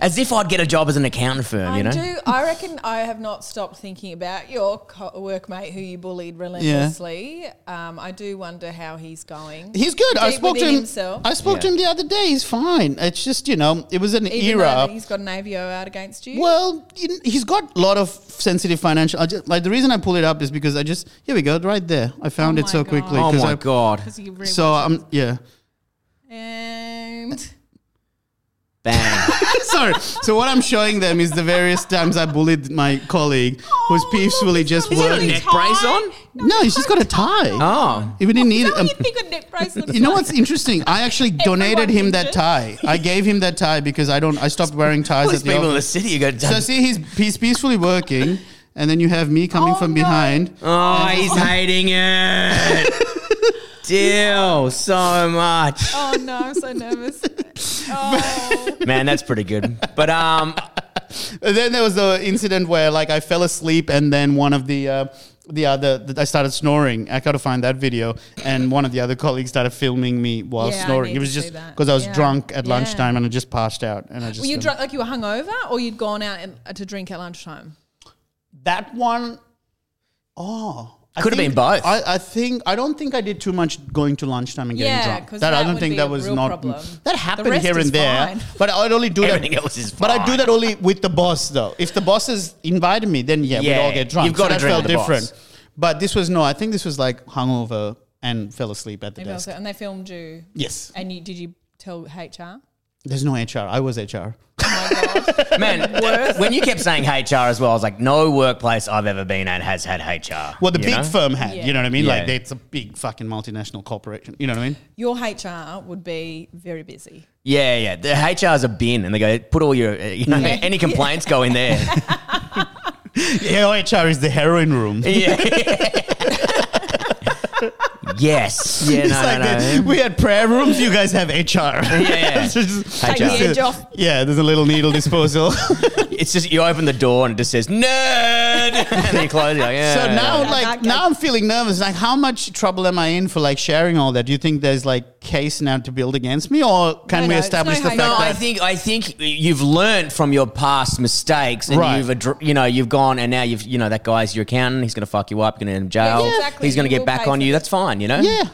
as if I'd get a job as an accountant firm.
I
you know.
do. I reckon I have not stopped thinking about your co- workmate who you bullied relentlessly. Um, I do wonder how he's going.
He's good. I
Deep
spoke to
within
him.
himself.
I spoke to him the other day. He's fine. It's just you know, it was an
Even
era.
though he's got an AVO out against you.
Well, you- he's got a lot of sensitive financial. I just, like the reason I pull it up is because I just here we go right there. I
Oh
found it so
my God.
quickly.
oh
'cause
my
I-
god!
You really-
So I'm yeah.
and
Bang.
Sorry. So what I'm showing them is the various times I bullied my colleague,
Oh,
who's peacefully just
Is he got a
working.
neck brace on?
No, he's just got a tie.
Oh.
If we didn't need
Is that
it.
what
um,
you think a neck brace looks
you know
like?
what's interesting? I actually donated him that
thinks it.
tie. I gave him that tie because I don't. I stopped wearing ties
All
at
these
the
people in the
office.
city you got
So
done.
see, he's he's peacefully working, and then you have me coming
Oh,
from
no.
behind.
Oh, he's hating it. Deal so much.
Oh no, I'm so nervous. Oh,
Man, that's pretty good. But um,
And then there was the incident where like I fell asleep and then one of the uh, the other th- I started snoring. I got to find that video and one of the other colleagues started filming me while
Yeah, I
snoring.
need
It was
to
just
see that.
because I was
Yeah.
drunk at
Yeah.
lunchtime and I just passed out and I just
were you
um,
drunk? Like you were hungover, or you'd gone out and, uh, to drink at lunchtime?
that one oh I
Could have
think-
been both.
I, I think I don't think I did too much going to lunchtime and getting
Yeah,
drunk.
'cause
That, I
that
don't
would
think
be
that
a
was
real
not
problem.
that
The
happened
rest
here
is
and there.
fine.
But I'd only do
Everything
that.
else is
But I do
fine.
that only with the boss though. If the boss has invited me, then yeah,
Yeah,
we'd all get drunk.
you've got to
that
drink
felt
with the boss.
different. But this was no. I think this was like hungover and fell asleep at the
Maybe I was
desk.
like- And they filmed you,
Yes.
and you did you tell HR?
There's no HR. I was HR.
Man, when you kept saying HR as well, I was like, no workplace I've ever been at has had HR.
Well, the
you
big
know?
firm had, you know what I mean? Like,
Yeah.
it's a big fucking multinational corporation. You know what I mean?
Your HR would be very busy.
Yeah, yeah. The HR's a bin, and they go put all your uh, you know, any complaints go in there.
Yeah, HR is the heroin room.
yeah. yes. Yeah.
It's
No,
like
no,
that-
no.
We had prayer rooms. You guys have HR.
yeah.
It's just-
Take the
just-
edge off.
Yeah, there's a little needle disposal. so
It's just you open the door and it just says nerd, and then you close. You're like, yeah.
now, like,
Dark
now I'm feeling nervous. Like, how much trouble am I in for like sharing all that? Do you think there's like case now to build against me, or can
No,
we
no, it's
establish
no
the
hate.
fact
No, I
that?
think I think you've learned from your past mistakes, and
Right.
you've addr- you know you've gone and now you've you know that guy's your accountant. He's gonna fuck you up. You're gonna end in jail.
Yeah, exactly.
He's gonna
You
get
will
back
pay
on
for
you.
it.
That's fine. You know.
yeah.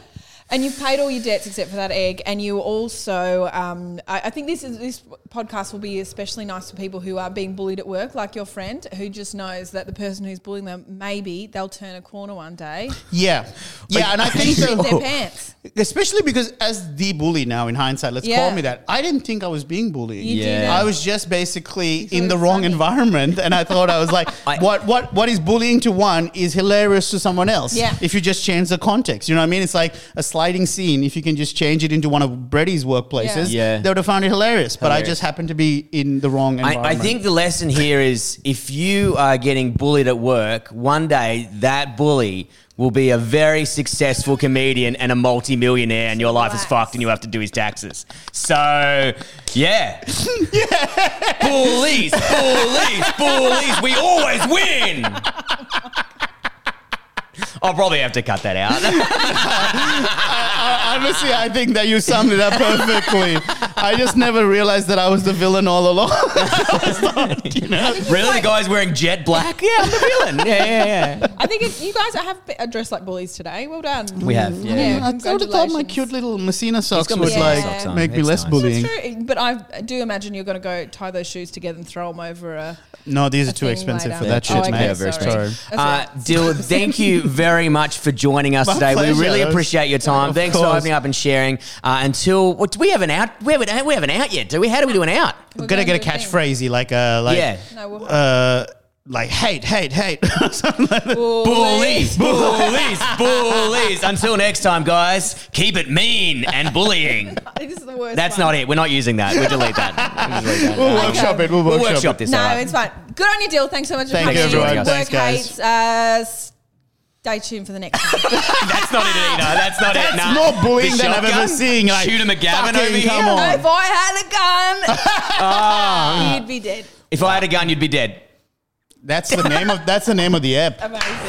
And you've paid all your debts except for that egg, and you also, um, I, I think this is this podcast will be especially nice for people who are being bullied at work, like your friend, who just knows that the person who's bullying them maybe they'll turn a corner one day,
Yeah. Yeah, and I think
shit
so.
their pants.
Especially because as the bully now in hindsight, let's call
Yeah.
me that. I didn't think I was being bullied.
You
Yeah. didn't.
I was just basically in the
it was
wrong
funny.
environment and I thought I was like
I-
what what what is bullying to one is hilarious to someone else.
Yeah.
If you just change the context. You know what I mean? It's like a sliding scene. If you can just change it into one of Brady's workplaces,
Yeah.
they would have found it hilarious. But I
Hilarious.
just happened to be in the wrong environment.
I, I think the lesson here is if you are getting bullied at work, one day that bully will be a very successful comedian and a multi-millionaire and your life is fucked and you have to do his taxes. So, yeah. Bullies, bullies, bullies, we always win. I'll probably have to cut that out.
I- honestly, I think that you summed it up perfectly. I just never realized that I was the villain all along.
really? The guy's wearing jet black? Yeah, I'm the villain. Yeah, yeah, yeah.
I think it's, you guys have be- dressed like bullies today. Well done.
We have, yeah.
yeah
Mm, I would have thought my
congratulations.
cute little Messina socks
got
would
Messina
like
socks
on.
make me
It's
less
nice.
bullying.
That's true, but I do imagine you're going to go tie those shoes together and throw them over a.
No, these are too
thing
expensive
later.
for that
Yeah,
shit,
Oh, okay,
mate.
Yeah, very sorry.
Sorry.
expensive.
Uh, Dil, thank you very much for joining us
My
today.
pleasure.
We really appreciate your time.
Of
Thanks for
course.
opening up and sharing. Uh, until what, do we have an out? We have an, we have an out yet? Do we? How do we do an out?
We're
Gonna
going
get a
to a thing.
catchphrasey like uh like
Yeah.
No, we'll-
uh like hate, hate, hate. Something like that.
Bullies, bullies, bullies. Until next time, guys. Keep it mean and bullying.
This is the worst.
That's
one.
not it. We're not using that. We delete that. We delete that.
We'll
No.
workshop it. We'll
We'll
workshop,
workshop
it.
this.
No,
all right.
it's fine. Good on you, Dill. Thanks so much for
Thank
coming. in.
you, everyone.
Work
Thanks, guys.
hates, uh, stay tuned for the next one.
That's not it either. That's not it. Nah.
That's more bullying
The
than I've
shotgun?
ever seen. Like,
Shooter McGavin
fucking
over here.
come on. Ah.
if I had a gun, you'd be dead.
If I had a gun, you'd be dead.
That's the name of that's the name of the app.
Amazing.